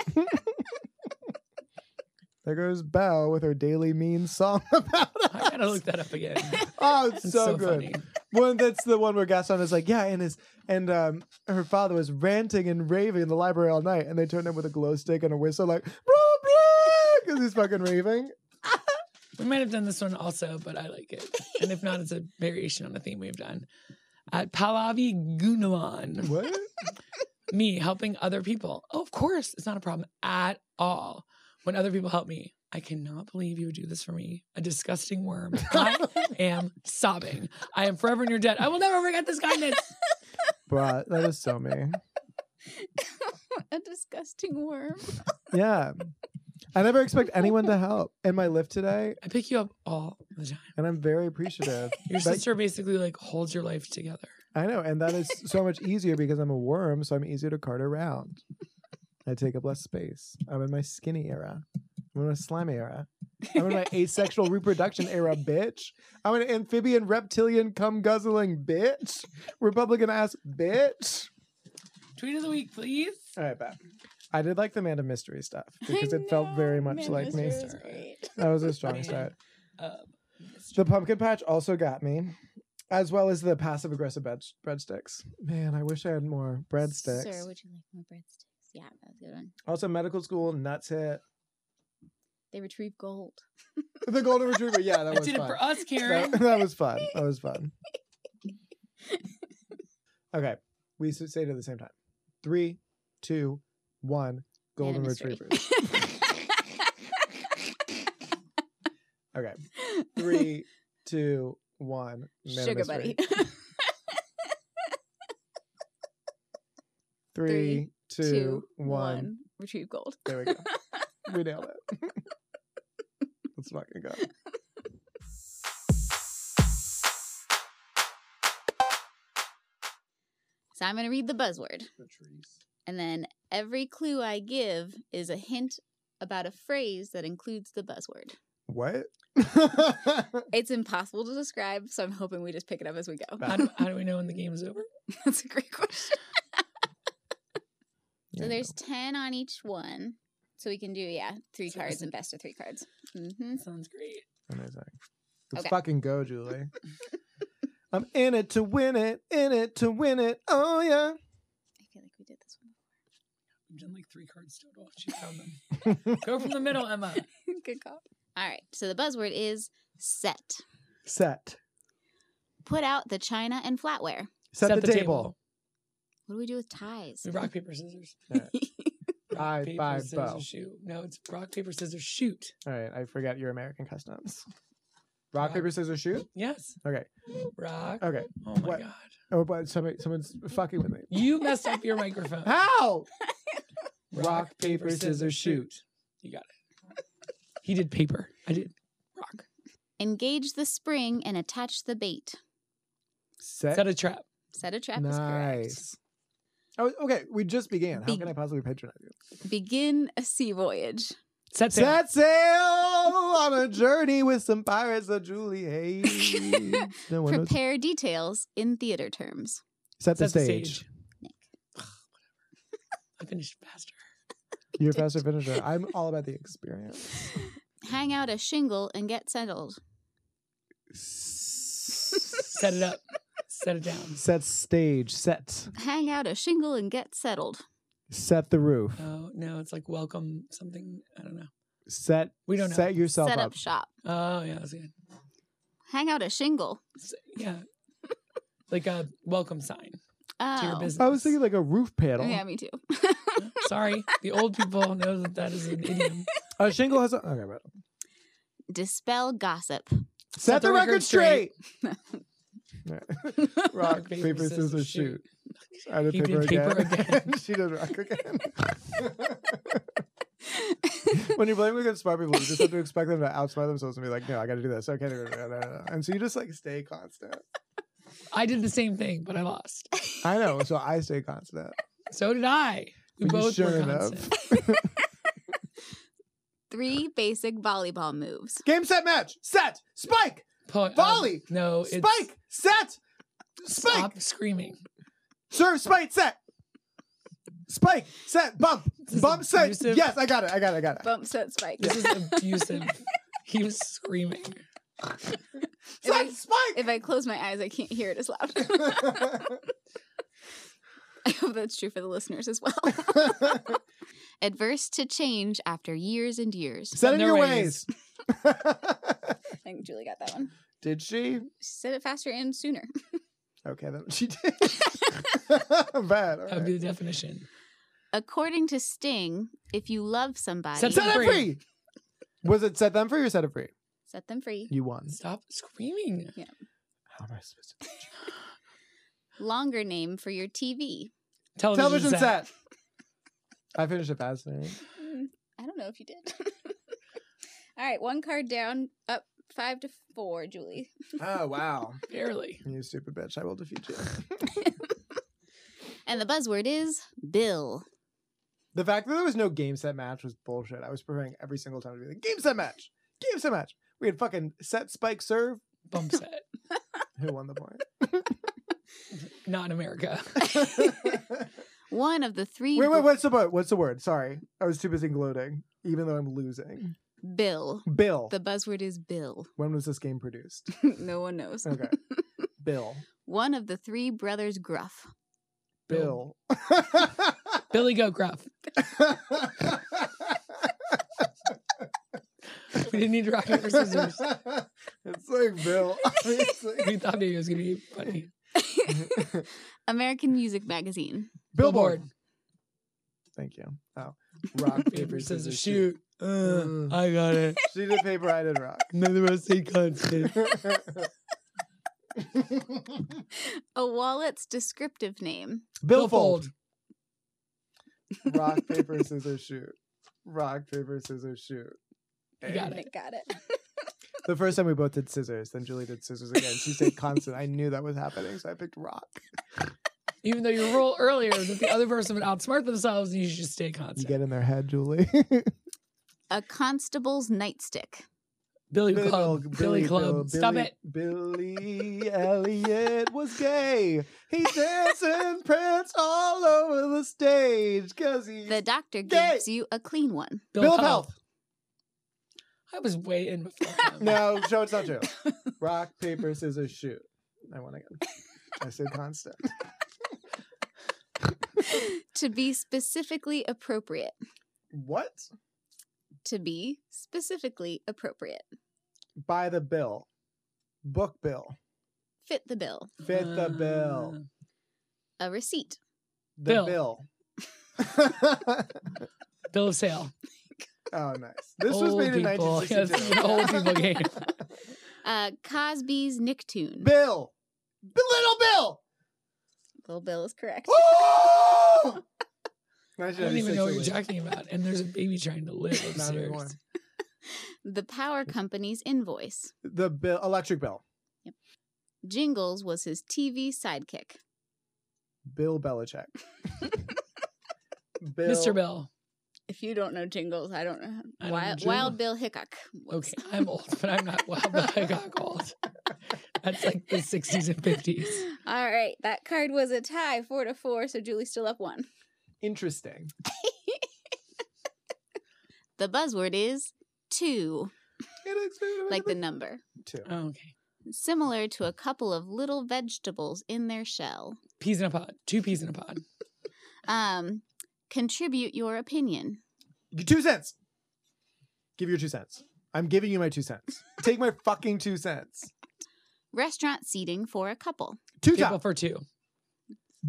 Speaker 1: There goes Belle with her daily mean song about
Speaker 2: I gotta look that up again.
Speaker 1: Oh, it's
Speaker 2: It's
Speaker 1: so,
Speaker 2: so,
Speaker 1: good.
Speaker 2: funny.
Speaker 1: Well, that's the one where Gaston is like, yeah, and his and um, her father was ranting and raving in the library all night, and they turned him with a glow stick and a whistle, like because he's fucking raving.
Speaker 2: We might have done this one also, but I like it. And if not, it's a variation on the theme we've done. At Pallavi Gunalan,
Speaker 1: What?
Speaker 2: me helping other people. Oh, of course, it's not a problem at all. When other people help me, I cannot believe you would do this for me. A disgusting worm. I am sobbing. I am forever in your debt. I will never forget this kindness.
Speaker 1: Bruh, that is so me.
Speaker 3: a disgusting worm.
Speaker 1: Yeah. I never expect anyone to help in my lift today,
Speaker 2: I pick you up all the time.
Speaker 1: and I'm very appreciative.
Speaker 2: Your
Speaker 1: But-
Speaker 2: sister basically like holds your life together.
Speaker 1: I know, and that is so much easier because I'm a worm, so I'm easier to cart around. I take up less space. I'm in my skinny era. I'm in my slime era. I'm in my asexual reproduction era, bitch. I'm an amphibian, reptilian, cum guzzling bitch. Republican ass bitch.
Speaker 2: Tweet of the week, please.
Speaker 1: All right, bet. I did like the Man of Mystery stuff because
Speaker 3: I
Speaker 1: it felt very
Speaker 3: know,
Speaker 1: much
Speaker 3: Man,
Speaker 1: like
Speaker 3: this
Speaker 1: me.
Speaker 3: was great.
Speaker 1: That was a strong
Speaker 2: Man.
Speaker 1: start.
Speaker 2: Uh,
Speaker 1: The pumpkin patch also got me, as well as the passive aggressive bread- breadsticks. Man, I wish I had more breadsticks.
Speaker 3: Sir, would you like more breadsticks? Yeah, that was a good one.
Speaker 1: also, medical school nuts hit
Speaker 3: They retrieve gold.
Speaker 1: the golden retriever. Yeah, that
Speaker 2: I
Speaker 1: was
Speaker 2: did it
Speaker 1: fun.
Speaker 2: for us, Karen.
Speaker 1: That, that was fun. That was fun. Okay, we s- say it at the same time. Three, two, one. Golden
Speaker 3: Animus three.
Speaker 1: retrievers. Okay, three, two, one. Man
Speaker 3: Sugar
Speaker 1: Mystery.
Speaker 3: buddy.
Speaker 1: Three, two, one.
Speaker 3: Two, one. Retrieve gold.
Speaker 1: There we go. we nailed it. Let's fucking go.
Speaker 3: So I'm going to read the buzzword. And then every clue I give is a hint about a phrase that includes the buzzword.
Speaker 1: What?
Speaker 3: It's impossible to describe, so I'm hoping we just pick it up as we go.
Speaker 2: how, do, how do we know when the game is over?
Speaker 3: That's a great question.
Speaker 1: Yeah,
Speaker 3: So
Speaker 1: I
Speaker 3: there's 10 on each one. So we can do, yeah, three
Speaker 2: So
Speaker 3: cards
Speaker 2: it's-
Speaker 3: and best of three cards. hmm
Speaker 2: Sounds great.
Speaker 1: know. Amazing. Let's
Speaker 3: Okay.
Speaker 1: fucking go, Julie. I'm in it to win it, in it to win it. Oh yeah.
Speaker 3: I feel like we did this one.
Speaker 2: I'm doing like three cards total. She found them. Go from the middle, Emma.
Speaker 3: Good call. All right. So the buzzword is set.
Speaker 1: Set.
Speaker 3: Put out the china and flatware.
Speaker 1: Set, the, table.
Speaker 3: What do we do with ties?
Speaker 2: We
Speaker 1: Mm.
Speaker 2: rock, paper, scissors.
Speaker 1: Bye,
Speaker 2: paper,
Speaker 1: bye,
Speaker 2: scissors,
Speaker 1: bow.
Speaker 2: shoot. No, it's rock, paper, scissors, shoot.
Speaker 1: All right, I forgot your American customs. Rock,
Speaker 2: Rock.
Speaker 1: paper, scissors, shoot.
Speaker 2: Yes.
Speaker 1: Okay.
Speaker 2: Rock.
Speaker 1: Okay.
Speaker 2: Oh my
Speaker 1: Uh, What?
Speaker 2: god.
Speaker 1: Oh, but somebody, someone's fucking with me.
Speaker 2: You messed up your microphone.
Speaker 1: How? Rock, paper, scissors, shoot.
Speaker 2: You got it. He did paper. I did rock.
Speaker 3: Engage the spring and attach the bait.
Speaker 1: Set.
Speaker 2: Set a trap.
Speaker 3: Set a trap is
Speaker 1: nice. Oh, okay. We just began. How
Speaker 3: Be-
Speaker 1: can I possibly patronize you?
Speaker 3: correct. Begin a sea voyage.
Speaker 2: Set sail.
Speaker 1: Set sail on a journey with some pirates of Julie Hayes. No one knows.
Speaker 3: Prepare details in theater terms.
Speaker 1: Set the
Speaker 2: Set the
Speaker 1: stage.
Speaker 2: stage. I finished faster.
Speaker 1: You're a faster finisher. I'm all about the experience.
Speaker 3: Hang out a shingle and get settled.
Speaker 2: Set it up. Set it down.
Speaker 1: Set stage. Set.
Speaker 3: Hang out a shingle and get settled.
Speaker 1: Set the roof.
Speaker 2: No, no, it's like welcome something. I don't know.
Speaker 1: Set.
Speaker 2: We don't know.
Speaker 1: Set yourself
Speaker 3: Set up.
Speaker 1: up.
Speaker 3: shop.
Speaker 2: Oh yeah, that's good.
Speaker 3: Hang out a shingle.
Speaker 2: S- Yeah, like a welcome sign
Speaker 3: Oh.
Speaker 2: to your business.
Speaker 1: I was thinking like a roof panel.
Speaker 3: Yeah, me too.
Speaker 2: Sorry, the old people know that that is an idiom.
Speaker 1: A shingle has a. Okay, but.
Speaker 3: Dispel gossip.
Speaker 1: Set, the, record, straight. Alright. rock, paper, scissors, shoot. I did
Speaker 2: He
Speaker 1: paper
Speaker 2: did
Speaker 1: again.
Speaker 2: paper again.
Speaker 1: she did rock again. when you're playing against smart people, you just have to expect them to outsmart themselves and be like, "No, I got to do this. Okay, no, no, no, no, no." and so you just like stay constant.
Speaker 2: I did the same thing, but I lost.
Speaker 1: I know, so I stay constant.
Speaker 2: So did I. We
Speaker 1: You
Speaker 2: both
Speaker 1: sure
Speaker 2: were
Speaker 1: enough.
Speaker 2: constant.
Speaker 3: Three basic volleyball moves.
Speaker 1: Game, set, match, set, spike,
Speaker 2: Po- um,
Speaker 1: Volley!
Speaker 2: no, it's
Speaker 1: spike, set, spike,
Speaker 2: Stop screaming.
Speaker 1: serve, spike, set, spike, set, bump,
Speaker 2: is
Speaker 1: bump, set.
Speaker 2: abusive.
Speaker 1: Yes, I got it. I got it. I got it.
Speaker 3: Bump set spike.
Speaker 2: This is abusive. he was screaming.
Speaker 3: If I-
Speaker 1: Set, spike.
Speaker 3: If I close my eyes, I can't hear it as loud. I hope that's true for the listeners as well. Adverse to change after years and years.
Speaker 1: Set in
Speaker 2: in their
Speaker 1: your
Speaker 2: ways.
Speaker 1: ways.
Speaker 3: I think Julie got that one.
Speaker 1: did she?
Speaker 3: She said it faster and sooner.
Speaker 1: Okay, then she did. Bad. all
Speaker 2: That would
Speaker 1: right.
Speaker 2: be the definition.
Speaker 3: According to Sting, if you love somebody,
Speaker 2: Set-
Speaker 1: Set them
Speaker 2: free.
Speaker 1: free. Was it set them free or set it free?
Speaker 3: set them free.
Speaker 1: You won.
Speaker 2: Stop screaming.
Speaker 1: How am I supposed to?
Speaker 3: Longer name for your TV.
Speaker 2: Television,
Speaker 1: Television
Speaker 2: set.
Speaker 1: set. I finished it fast. didn't I?
Speaker 3: Mm, I don't know if you did. All right, one card down, up five to four, Julie.
Speaker 1: Oh wow!
Speaker 2: Barely.
Speaker 1: You stupid bitch! I will defeat you.
Speaker 3: And the buzzword is Bill.
Speaker 1: The fact that there was no game set match was bullshit. I was preparing every single time to be like, game set match, game set match. We had fucking set spike serve.
Speaker 2: Bump set.
Speaker 1: Who won the point?
Speaker 2: Not in America.
Speaker 3: One of the three
Speaker 1: wait, wait, what's the word? What's the word? Sorry, I was too busy gloating, even though I'm losing.
Speaker 3: Bill.
Speaker 2: Mm.
Speaker 1: Bill.
Speaker 3: The buzzword is Bill.
Speaker 1: When was this game produced?
Speaker 3: no one knows.
Speaker 1: Okay. Bill.
Speaker 3: One of the three brothers Gruff.
Speaker 1: Bill.
Speaker 2: Billy Go Gruff. We didn't need rock paper scissors.
Speaker 1: it's like Bill.
Speaker 2: We
Speaker 1: obviously.
Speaker 2: thought maybe it was gonna be funny.
Speaker 3: American Music Magazine.
Speaker 1: Billboard. Thank you. Oh, rock
Speaker 2: Paper scissors shoot. Uh, I got it.
Speaker 1: She did paper. I did rock.
Speaker 2: Another was a constant.
Speaker 3: A wallet's descriptive name.
Speaker 1: Billfold. Rock paper scissors shoot. Rock paper scissors shoot.
Speaker 2: You got it.
Speaker 3: Got it.
Speaker 1: The first time we both did scissors, then Julie did scissors again. She said constant. I knew that was happening, so I picked rock.
Speaker 2: Even though your rule earlier was that the other person would outsmart themselves, and you should just stay
Speaker 1: You
Speaker 2: constant.
Speaker 1: get in their head, Julie.
Speaker 3: A constable's nightstick.
Speaker 2: Billy
Speaker 1: Bill-
Speaker 2: Club. Billy, Club.
Speaker 1: Bill-
Speaker 2: Stop
Speaker 1: Billy-
Speaker 2: it.
Speaker 1: Billy Elliot was gay. He's dancing prints all over the stage because he's
Speaker 3: The doctor
Speaker 1: Yay!
Speaker 3: gives you a clean one.
Speaker 1: Bill of Health.
Speaker 2: I was way in before. him.
Speaker 1: No, show it's not true. Rock, paper, scissors, shoot. I won again. I said constant.
Speaker 3: to be specifically appropriate.
Speaker 1: What?
Speaker 3: To be specifically appropriate.
Speaker 1: By the bill. Book bill.
Speaker 3: Fit the bill.
Speaker 1: Fit the bill.
Speaker 3: A receipt.
Speaker 1: The
Speaker 2: Uh, Bill.
Speaker 1: bill.
Speaker 2: Bill of Sale.
Speaker 1: oh, nice. This was
Speaker 2: Old
Speaker 1: made in
Speaker 2: people. Yes, this is
Speaker 1: 1962.
Speaker 2: an old people game.
Speaker 3: Uh, Cosby's Nicktoon.
Speaker 1: Bill. B- Little Bill.
Speaker 3: Little Bill is correct.
Speaker 1: Oh! I
Speaker 2: I don't even know what you're talking about. And there's a baby trying to live
Speaker 1: Not anymore.
Speaker 2: upstairs.
Speaker 3: The power company's invoice.
Speaker 1: The bill, electric bill.
Speaker 3: Jingles was his TV sidekick.
Speaker 1: Bill Belichick. Bill.
Speaker 2: Mr. Bill.
Speaker 3: If you don't know Jingles, I don't know.
Speaker 2: I don't know
Speaker 3: Wild,
Speaker 2: Jingles.
Speaker 3: Wild Bill Hickok. was-
Speaker 2: Okay, I'm old, but I'm not wild Bill Hickok old. That's like the 60s and 50s.
Speaker 3: All right, that card was a tie, four to four. So Julie's still up one.
Speaker 1: Interesting.
Speaker 3: The buzzword is two, like
Speaker 1: Like
Speaker 3: the number,
Speaker 1: two.
Speaker 2: Oh, okay.
Speaker 3: similar to a couple of little vegetables in their shell.
Speaker 2: Peas in a pod. Two peas in a pod.
Speaker 3: Um, contribute your opinion.
Speaker 1: Your two cents. Give your two cents. I'm giving you my two cents. Take my fucking two cents.
Speaker 3: Restaurant seating for a couple.
Speaker 1: Two
Speaker 2: Table
Speaker 1: top.
Speaker 2: for two.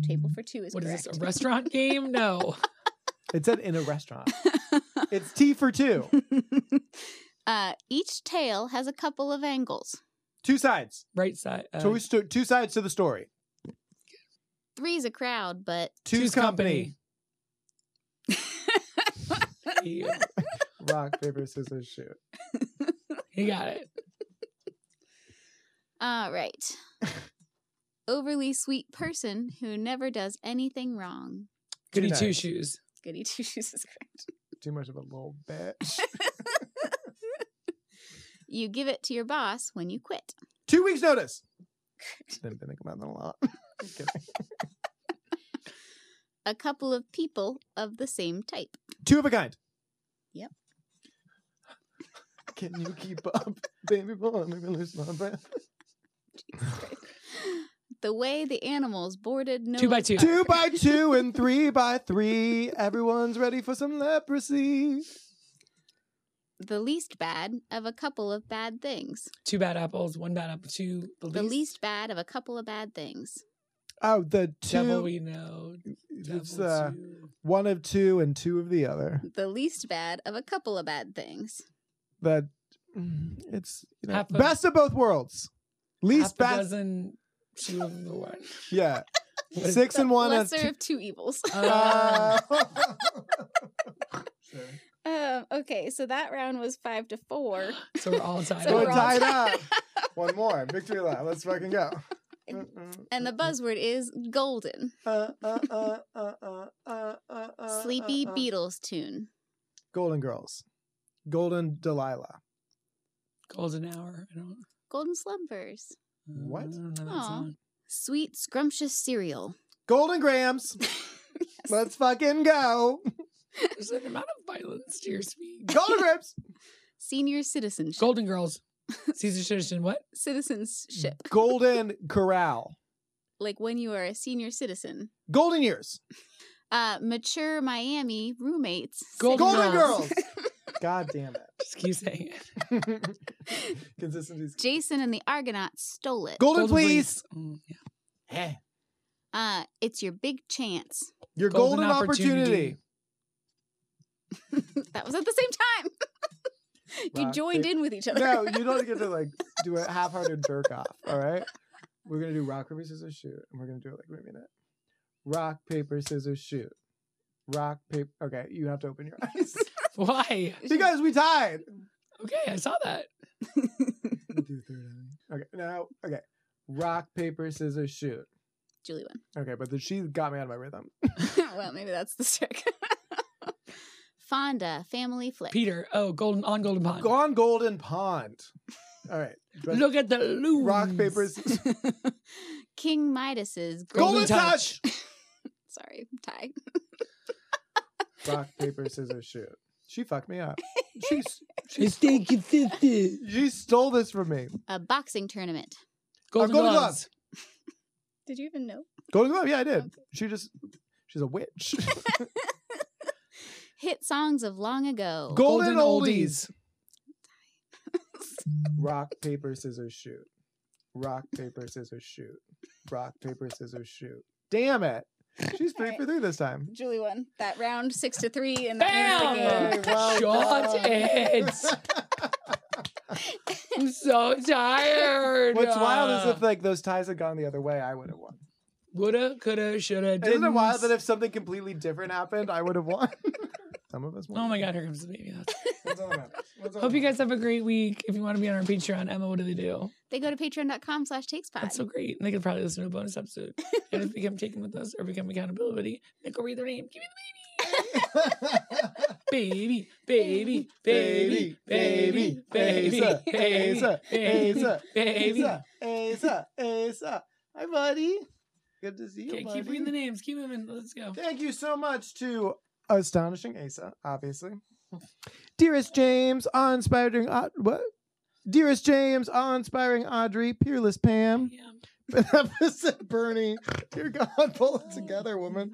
Speaker 3: Table for two is
Speaker 2: Mm-hmm. What is
Speaker 3: correct.
Speaker 2: this? A restaurant game? No.
Speaker 1: It said in a restaurant. it's tea for two.
Speaker 3: uh, each tail has a couple of angles.
Speaker 1: Two sides.
Speaker 2: Right side. Uh,
Speaker 1: So we sto- two sides to the story.
Speaker 3: Three's a crowd, but
Speaker 1: Two's, company.
Speaker 2: you,
Speaker 1: Rock, paper, scissors, shoot.
Speaker 2: you got it.
Speaker 3: all right. Overly sweet person who never does anything wrong.
Speaker 2: Goody
Speaker 1: nice.
Speaker 2: two shoes.
Speaker 3: Goody two shoes is correct.
Speaker 1: Too much of a little bitch.
Speaker 3: You give it to your boss when you quit.
Speaker 1: two weeks notice. Didn't think about that a lot. I'm kidding.
Speaker 3: A couple of people of the same type.
Speaker 1: Two of a kind.
Speaker 3: Yep.
Speaker 1: Can you keep up, baby boy? I'm gonna lose my breath.
Speaker 3: The way the animals boarded no
Speaker 2: Two by two.
Speaker 1: Two by two and three by three. Everyone's ready for some leprosy.
Speaker 3: the least bad of a couple of bad things.
Speaker 2: Two bad apples. One bad apple. Two. The,
Speaker 3: The least bad of a couple of bad things.
Speaker 1: Oh, the two.
Speaker 2: devil we know.
Speaker 1: it's
Speaker 2: devil
Speaker 1: uh,
Speaker 2: two.
Speaker 1: one of two and two of the other.
Speaker 3: The least bad of a couple of bad things.
Speaker 1: That mm, it's you know
Speaker 2: Half a-
Speaker 1: best of both worlds. Least
Speaker 2: Half a
Speaker 1: bad.
Speaker 2: dozen. Two of the one.
Speaker 1: Yeah,
Speaker 2: What is-
Speaker 1: six
Speaker 3: The
Speaker 1: and one. and
Speaker 3: lesser
Speaker 1: two- Oh.
Speaker 3: of two evils.
Speaker 2: Uh,
Speaker 3: Um, okay, so that round was five to four.
Speaker 2: so we're all tied.
Speaker 3: So
Speaker 1: We're
Speaker 3: we're all-
Speaker 1: tied up. One more victory lap. Let's fucking go.
Speaker 3: And the buzzword is golden.
Speaker 1: Uh, uh, uh, uh, uh, uh, uh, uh,
Speaker 3: Sleepy
Speaker 1: uh, uh.
Speaker 3: Beatles tune.
Speaker 1: Golden Girls. Golden Delilah.
Speaker 2: Golden hour. I don't. uh,
Speaker 3: Golden Slumbers.
Speaker 1: What?
Speaker 2: I don't know that
Speaker 3: Aw.
Speaker 2: song.
Speaker 3: Sweet Scrumptious Cereal.
Speaker 1: Golden Grams. Let's fucking go.
Speaker 2: There's an amount of violence to your speech.
Speaker 1: Golden Grams.
Speaker 3: Senior citizenship.
Speaker 2: Golden Girls. Caesar Citizen. What?
Speaker 3: Citizenship.
Speaker 1: Golden Corral.
Speaker 3: Like when you are a senior citizen.
Speaker 1: Golden Years.
Speaker 3: Uh, mature Miami roommates.
Speaker 2: Golden
Speaker 1: Golden
Speaker 2: Girls.
Speaker 1: Girls. God damn
Speaker 2: Just keep saying it.
Speaker 1: it. Consistency.
Speaker 3: Jason and the Argonauts stole it.
Speaker 1: Golden, Please.
Speaker 2: Mm, yeah.
Speaker 1: Hey.
Speaker 3: Uh, it's your big chance.
Speaker 1: Your golden, opportunity.
Speaker 3: That was at the same time. you
Speaker 1: Rock,
Speaker 3: joined
Speaker 1: pa-
Speaker 3: in with each other.
Speaker 1: No, you don't get to like do a half-hearted jerk off. All right, we're gonna do rock paper scissors shoot, and we're gonna do it like wait a minute. Rock paper scissors shoot. Rock paper. Okay, you have to open your eyes
Speaker 2: Why?
Speaker 1: because we tied.
Speaker 2: Okay, I saw that.
Speaker 1: We'll do third eye. Okay, now okay. Rock paper scissors shoot.
Speaker 3: Julie
Speaker 1: Okay, but the, she got me out of my rhythm.
Speaker 3: won. well, maybe that's the trick. Fonda family flick.
Speaker 2: Peter. Oh, Golden on Golden Pond.
Speaker 1: Gone golden pond. All right. but
Speaker 2: Look at the loom.
Speaker 1: rock paper. scissors-
Speaker 3: King Midas's
Speaker 1: Golden,
Speaker 2: Golden
Speaker 1: touch.
Speaker 3: Sorry, tie.
Speaker 1: rock paper scissors shoot. She fucked me up. She's she
Speaker 2: It's stay consistent.
Speaker 1: She stole this from me.
Speaker 3: A boxing tournament.
Speaker 2: Golden,
Speaker 1: Golden
Speaker 2: Gloves.
Speaker 3: Did you even know?
Speaker 1: Golden Glove, yeah, I did. She just she's a witch.
Speaker 3: Hit songs of long ago.
Speaker 1: Golden,
Speaker 2: Golden
Speaker 1: oldies. Rock, paper, scissors, shoot. Rock, paper, scissors, shoot. Rock, paper, scissors, shoot. Damn it. She's three for three this time.
Speaker 3: Julie won that round six to three, and
Speaker 2: Bam!
Speaker 3: that
Speaker 1: Hey, well
Speaker 2: Shot
Speaker 1: done.
Speaker 2: it. I'm so tired. Ah.
Speaker 1: What's wild is if like those ties had gone the other way, I would have won.
Speaker 2: woulda, coulda, shoulda, didn't.
Speaker 1: Isn't it wild that if something completely different happened, I would have won? Some of us won.
Speaker 2: Oh my god, here comes the baby. That's-
Speaker 1: What's on that? What's on
Speaker 2: Hope you
Speaker 1: that?
Speaker 2: guys have a great week. If you want to be on our Patreon, Emma, what do they do?
Speaker 3: they go to patreon.com slash takespot.
Speaker 2: That's so great. And they could probably listen to a bonus episode. and if they become taken with us or become accountability, they could read their name. Give me the baby. Baby, baby, baby, baby,
Speaker 1: Asa,
Speaker 2: baby,
Speaker 1: Asa,
Speaker 2: baby,
Speaker 1: Asa,
Speaker 2: baby.
Speaker 1: Asa, Asa, Asa. Hi, buddy. Good to see you,
Speaker 2: Okay,
Speaker 1: buddy.
Speaker 2: keep reading the names. Keep moving. Let's go.
Speaker 1: Thank you so much to astonishing Asa, obviously. Dearest James, awe-inspiring Au- what? Dearest James, awe-inspiring Audrey, peerless Pam,
Speaker 2: Yeah.
Speaker 1: beneficent Bernie. Dear God, pull it together, woman.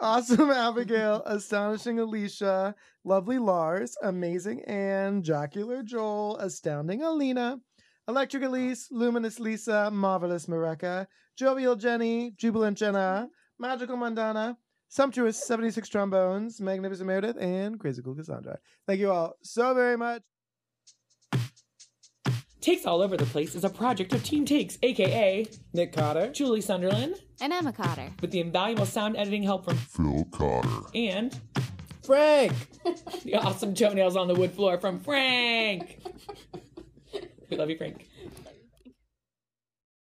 Speaker 1: Awesome Abigail, astonishing Alicia, lovely Lars, amazing Anne, jocular Joel, astounding Alina, electric Elise, luminous Lisa, marvelous Mareka, jovial Jenny, jubilant Jenna, magical Mandana, sumptuous 76 trombones, magnificent Meredith, and quizzical Cassandra. Thank you all so very much.
Speaker 9: Takes All Over the Place is a project of Team Takes, aka
Speaker 1: Nick Cotter,
Speaker 9: Julie Sunderland,
Speaker 3: And Emma Cotter.
Speaker 9: with the invaluable sound editing help from
Speaker 4: Phil Cotter.
Speaker 9: and
Speaker 1: Frank,
Speaker 9: the awesome toenails on the wood floor from Frank. we love you, Frank.